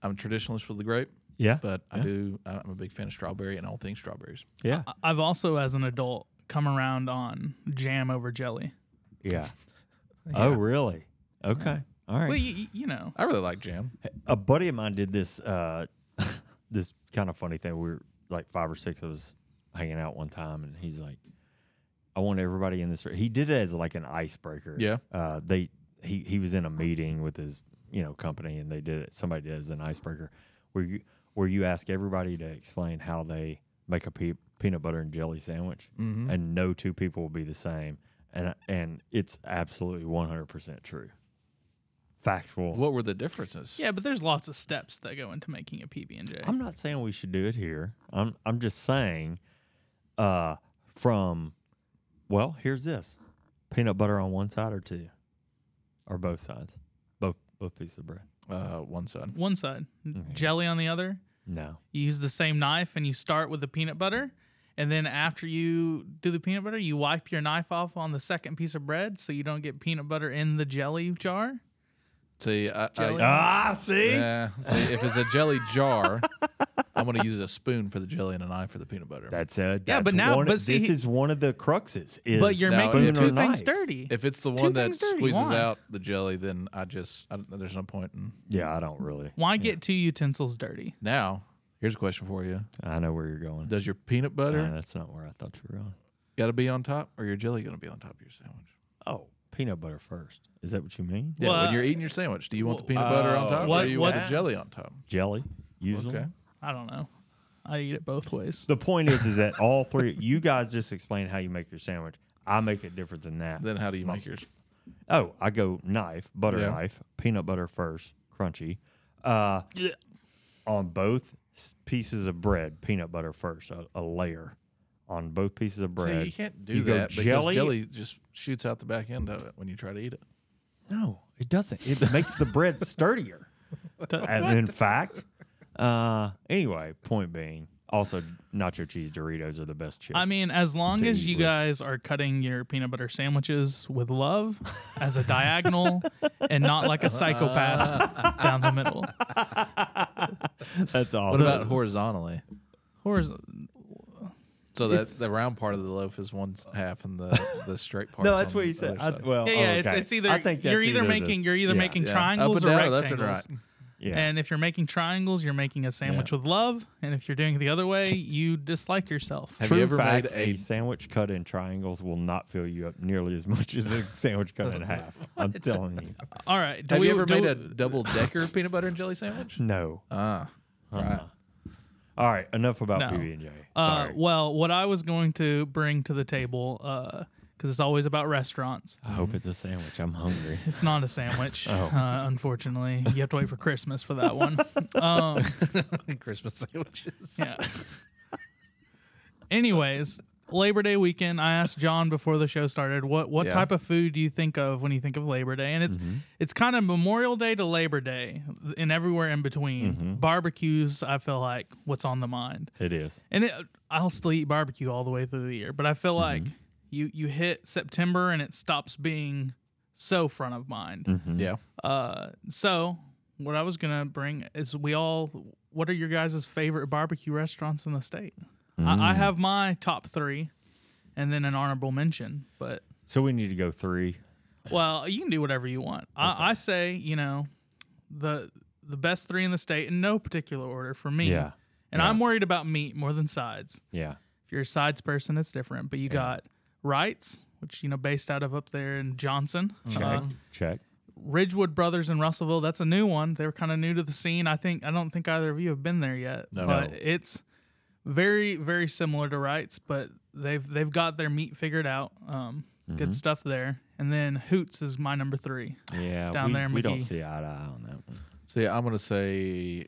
C: I'm a traditionalist with the grape,
A: Yeah.
C: but I
A: Yeah.
C: do I'm a big fan of strawberry and all things strawberries.
A: yeah.
D: I- I've also, as an adult, come around on jam over jelly.
A: Yeah. Oh, really? Okay. All right.
D: Well, you, you know,
C: I really like jam.
A: a buddy of mine did this uh, this kind of funny thing. We were like five or six of us hanging out one time, and he's like, "I want everybody in this." He did it as like an icebreaker.
C: Yeah.
A: Uh, they he he was in a meeting with his you know company, and they did it. Somebody did it as an icebreaker, where you where you ask everybody to explain how they make a pe- peanut butter and jelly sandwich, and no two people will be the same. And, and it's absolutely 100% true. Factual.
C: What were the differences?
D: yeah, but there's lots of steps that go into making a PB and J.
A: I'm not saying we should do it here. I'm I'm just saying, uh, from well, here's this peanut butter on one side or two, or both sides, both both pieces of bread.
C: Uh, one side.
D: One side, jelly on the other.
A: No,
D: You use the same knife and you start with the peanut butter. And then after you do the peanut butter, you wipe your knife off on the second piece of bread so you don't get peanut butter in the jelly jar.
C: See, I,
D: Jelly.
C: I,
A: ah, see,
C: yeah, see, if it's a jelly jar, I'm going to use a spoon for the jelly and a knife for the peanut butter.
A: that's a that's
D: but now-
A: one,
D: but see,
A: this
D: he-
A: is one of the cruxes. Is
D: But you're
C: Now,
D: making
C: if
D: two
A: spoon or
D: things
A: knife.
D: dirty.
C: if it's the
D: It's two
C: one that
D: things dirty,
C: squeezes
D: why?
C: out the jelly, then I just I, don't- there's no point in
A: Yeah, I don't really.
D: Why get two utensils dirty?
C: now. Here's a question for you:
A: I know where you're going.
C: Does your peanut butter
A: Nah, that's not where I thought you were going.
C: got to be on top, or your jelly going to be on top of your sandwich?
A: Oh, peanut butter first. Is that what you mean?
C: Yeah,
D: Well,
C: when you're eating your sandwich, do you want the peanut butter on top, or
D: What-
C: do you want the
D: what's-
C: jelly on top?
A: Jelly, usually.
C: Okay.
D: I don't know. I eat it both ways.
A: The point is, is that all three. You guys just explain how you make your sandwich. I make it different than that.
C: Then how do you make yours?
A: Oh, I go knife, butter
C: Yeah.
A: knife, peanut butter first, crunchy. Uh, on both s- pieces of bread, peanut butter first, a, a layer on both pieces of bread.
C: See, you can't do
A: You go
C: that because
A: jelly-
C: jelly? just shoots out the back end of it when you try to eat it.
A: No, it doesn't. It makes the bread sturdier. and in fact, uh, anyway, point being, also nacho cheese Doritos are the best chips.
D: I mean, as long
A: to
D: as
A: eat
D: you
A: with.
D: guys are cutting your peanut butter sandwiches with love as a diagonal and not like a psychopath down the middle.
A: That's
C: What
A: awesome.
C: about horizontally?
A: Oh,
D: Horiz-
C: So that's the round part of the loaf is one half, and the the straight part.
A: no, that's what you said. I, well,
D: Yeah, yeah,
A: oh,
D: it's,
A: okay.
D: it's either
A: I think that's
D: you're either
A: the-
D: making you're either
A: yeah.
D: making
C: Yeah.
D: triangles
C: Up and
D: or
C: down, left
D: rectangles.
C: and
A: yeah.
D: And if you're making triangles, you're making a sandwich with love. And if you're doing it the other way, you dislike yourself.
C: Have
A: True
C: you ever
A: fact,
C: made a?
A: a sandwich cut in triangles will not fill you up nearly as much as a sandwich cut in half. I'm telling you.
D: All right. Do
C: Have
D: we,
C: you ever
D: do
C: made
D: we-
C: a double decker peanut butter and jelly sandwich?
A: No. Uh-huh.
C: Ah, right.
A: All right, enough about
D: No.
A: PB and J.
D: Uh,
A: Sorry.
D: well, what I was going to bring to the table, because it's always about restaurants.
A: I hope it's a sandwich. I'm hungry.
D: It's not a sandwich, uh, unfortunately. You have to wait for Christmas for that one. Um,
C: Christmas sandwiches.
D: yeah. Anyways, Labor Day weekend, I asked John before the show started, what what
C: Yeah.
D: type of food do you think of when you think of Labor Day? And it's it's kind of Memorial Day to Labor Day and everywhere in between. Barbecues, I feel like what's on the mind.
A: It is.
D: And it, I'll still eat barbecue all the way through the year, but I feel like you you hit September and it stops being so front of mind.
C: Yeah.
D: Uh, so what I was gonna bring is we all. What are your guys' favorite barbecue restaurants in the state?
A: Mm.
D: I, I have my top three, and then an honorable mention. But
A: So we need to go three.
D: well, you can do whatever you want. I, I say you know, the the best three in the state in no particular order for me.
A: Yeah.
D: And I'm worried about meat more than sides.
A: Yeah.
D: If you're a sides person, it's different. But you got Wrights, which you know, based out of up there in Johnson.
A: Check.
D: Uh,
A: Check.
D: Ridgewood Brothers in Russellville. That's a new one. They were kind of new to the scene. I think I don't think either of you have been there yet,
C: No.
D: but
C: No.
D: it's very very similar to Wright's, but they've they've got their meat figured out.
C: Mm-hmm.
D: Um,
A: Mm-hmm.
D: Good stuff there. And then Hoots is my number three.
A: Yeah.
D: Down
A: we,
D: there in
A: we don't
D: McGee.
A: see eye to eye on that one.
C: So yeah, I'm gonna say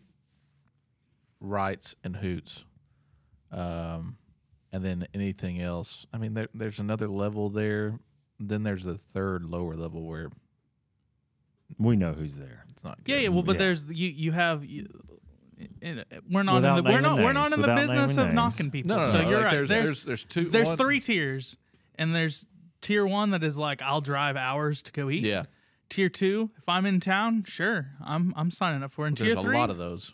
C: rights and hoots, um, and then anything else. I mean, there, there's another level there. Then there's the third lower level where
A: We know who's there.
C: it's not. Good.
D: Yeah, yeah. Well, but
A: Yeah.
D: there's you you have. You, in- we're not
A: Without
D: in the we're
A: naming
D: not we're
A: names,
D: not in the
A: without
D: business
A: naming
D: of
A: names.
D: knocking people.
C: No, no,
D: so
C: no.
D: you're
C: like,
D: right.
C: There's, there's there's two.
D: there's
C: one-
D: three tiers, and there's tier one that is like I'll drive hours to go eat.
C: Yeah.
D: Tier two, if I'm in town, sure, I'm I'm signing up for. it. And
C: There's
D: tier
C: a
D: three,
C: lot of those.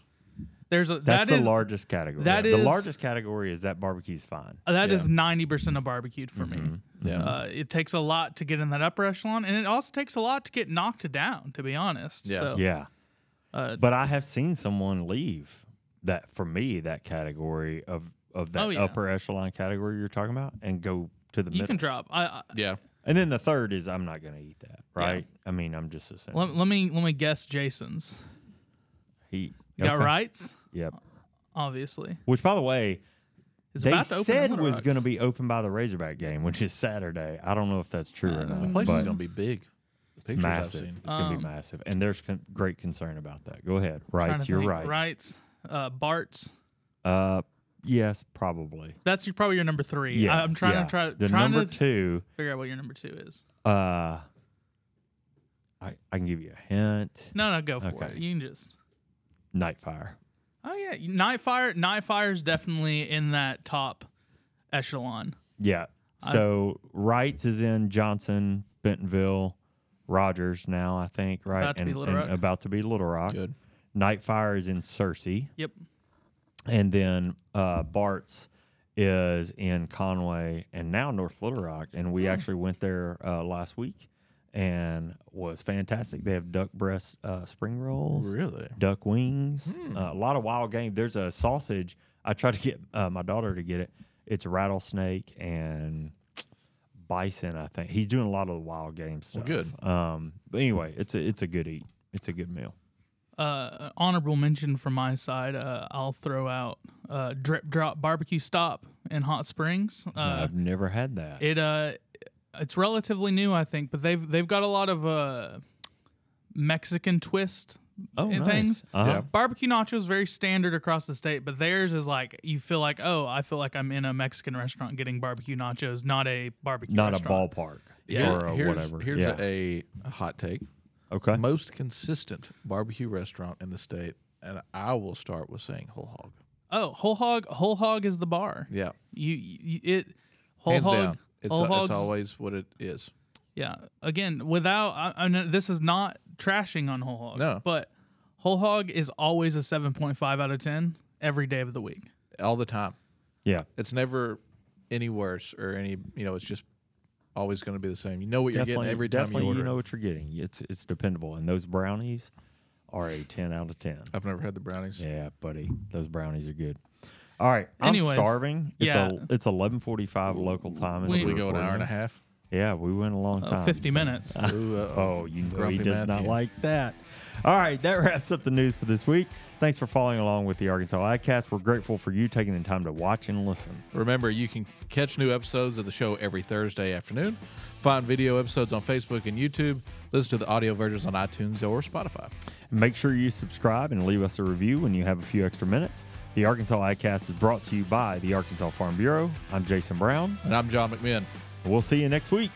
D: there's a
A: That's
D: that
A: the
D: is
A: largest category.
D: that
A: the
D: is-
A: largest category is that barbecue's fine.
D: that
C: yeah. Mm-hmm.
D: is ninety percent of barbecued for me.
C: Yeah.
D: Uh, it takes a lot to get in that upper echelon, and it also takes a lot to get knocked down. To be honest,
C: Yeah.
D: So,
A: Yeah.
D: Uh,
A: but I have seen someone leave that for me that category of of that
D: Oh, yeah.
A: upper echelon category you're talking about and go to the
D: you
A: middle.
D: can drop. I, I
C: yeah.
A: and then the third is I'm not going to eat that, right? I mean, I'm just assuming.
D: let, let me let me guess. Jason's
A: he
D: you got
A: okay.
D: rights,
A: Yep.
D: obviously.
A: Which by the way,
D: It's
A: they
D: about to open in
A: said
D: Little
A: was
D: Rock.
A: going to be open by the Razorback game, which is Saturday. I don't know if that's
D: Uh,
A: true or
C: The
A: not.
C: place is
A: but
C: gonna be big. The pictures
A: massive.
C: I've seen.
A: It's going to be massive, and there's con- great concern about that. Go ahead,
D: Um, Trying
A: rights.
D: to
A: You're
D: think.
A: right.
D: Rights, uh, Bart's.
A: Uh, yes, probably.
D: That's your, probably your number three. I, am trying
A: yeah.
D: to try
A: the
D: trying
A: number
D: to
A: two.
D: figure out what your number two is.
A: Uh, I I can give you a hint.
D: No, no, go for
A: Okay.
D: it. You can just.
A: Nightfire.
D: Oh yeah, Nightfire. Nightfire's definitely in that top echelon.
A: Yeah. So Wrights is in Johnson, Bentonville, Rogers now, I think, right?
D: About to be
A: And-
D: Little
A: and
D: Rock.
A: About to be Little Rock.
C: Good.
A: Nightfire is in Searcy.
D: Yep.
A: And then uh, Bart's is in Conway and now North Little Rock. And
D: Hmm.
A: we actually went there uh, last week and was fantastic. They have duck breast uh, spring rolls.
C: Really?
A: duck wings,
C: Hmm.
A: uh, a lot of wild game. There's a sausage. I tried to get uh, my daughter to get it. It's rattlesnake and bison. I think he's doing a lot of the wild game stuff.
C: good.
A: Um, but anyway, it's a it's a good eat. It's a good meal.
D: Uh, honorable mention from my side. Uh, I'll throw out uh, Drip Drop Barbecue Stop in Hot Springs. Uh,
A: I've never had that.
D: It uh, it's relatively new, I think, but they've they've got a lot of uh, Mexican twist
A: Oh,
D: and
A: nice.
D: things.
A: Uh-huh.
C: Yeah.
D: Barbecue nacho is very standard across the state, but theirs is like you feel like, oh, I feel like I'm in a Mexican restaurant getting barbecue nachos, not a barbecue.
A: Not a
D: restaurant.
A: ballpark
C: Here-
A: or a
C: here's,
A: whatever.
C: Here's
A: yeah.
C: a, a hot take.
A: okay.
C: Most consistent barbecue restaurant in the state, and I will start with saying Whole Hog.
D: Oh, whole hog. Whole hog is the bar.
C: Yeah,
D: You, you it. Whole
C: hands
D: hog.
C: down. It's,
D: whole
C: it's
D: hog's-
C: always what it is.
D: Yeah. Again, without I, I know this is not trashing on whole hog.
C: No.
D: But whole hog is always a seven point five out of ten every day of the week.
C: all the time.
A: yeah.
C: It's never any worse or any. You know, it's just always going to be the same. You know what you're
A: Definitely,
C: getting every time you
A: definitely
C: order.
A: know
C: it.
A: what you're getting. It's it's dependable. And those brownies are a 10 out of 10.
C: I've never had the brownies.
A: Yeah, buddy. Those brownies are good. All right. I'm
D: Anyways,
A: starving. It's
D: yeah.
A: a, it's 11:45 local time. as
D: We-
C: We go an
A: recording
C: hour and a
A: this.
C: half.
A: Yeah, we went a long
D: Uh,
A: time.
D: Fifty
A: so-
D: minutes.
C: Ooh, uh,
A: Oh, you know he
C: Grumpy
A: does not
C: Matthew.
A: like that. All right, that wraps up the news for this week. Thanks for following along with the Arkansas ICAST. We're grateful for you taking the time to watch and listen.
C: Remember, you can catch new episodes of the show every Thursday afternoon. Find video episodes on Facebook and YouTube. Listen to the audio versions on iTunes or Spotify.
A: Make sure you subscribe and leave us a review when you have a few extra minutes. The Arkansas ICAST is brought to you by the Arkansas Farm Bureau. I'm Jason Brown.
C: And I'm John McMinn.
A: We'll see you next week.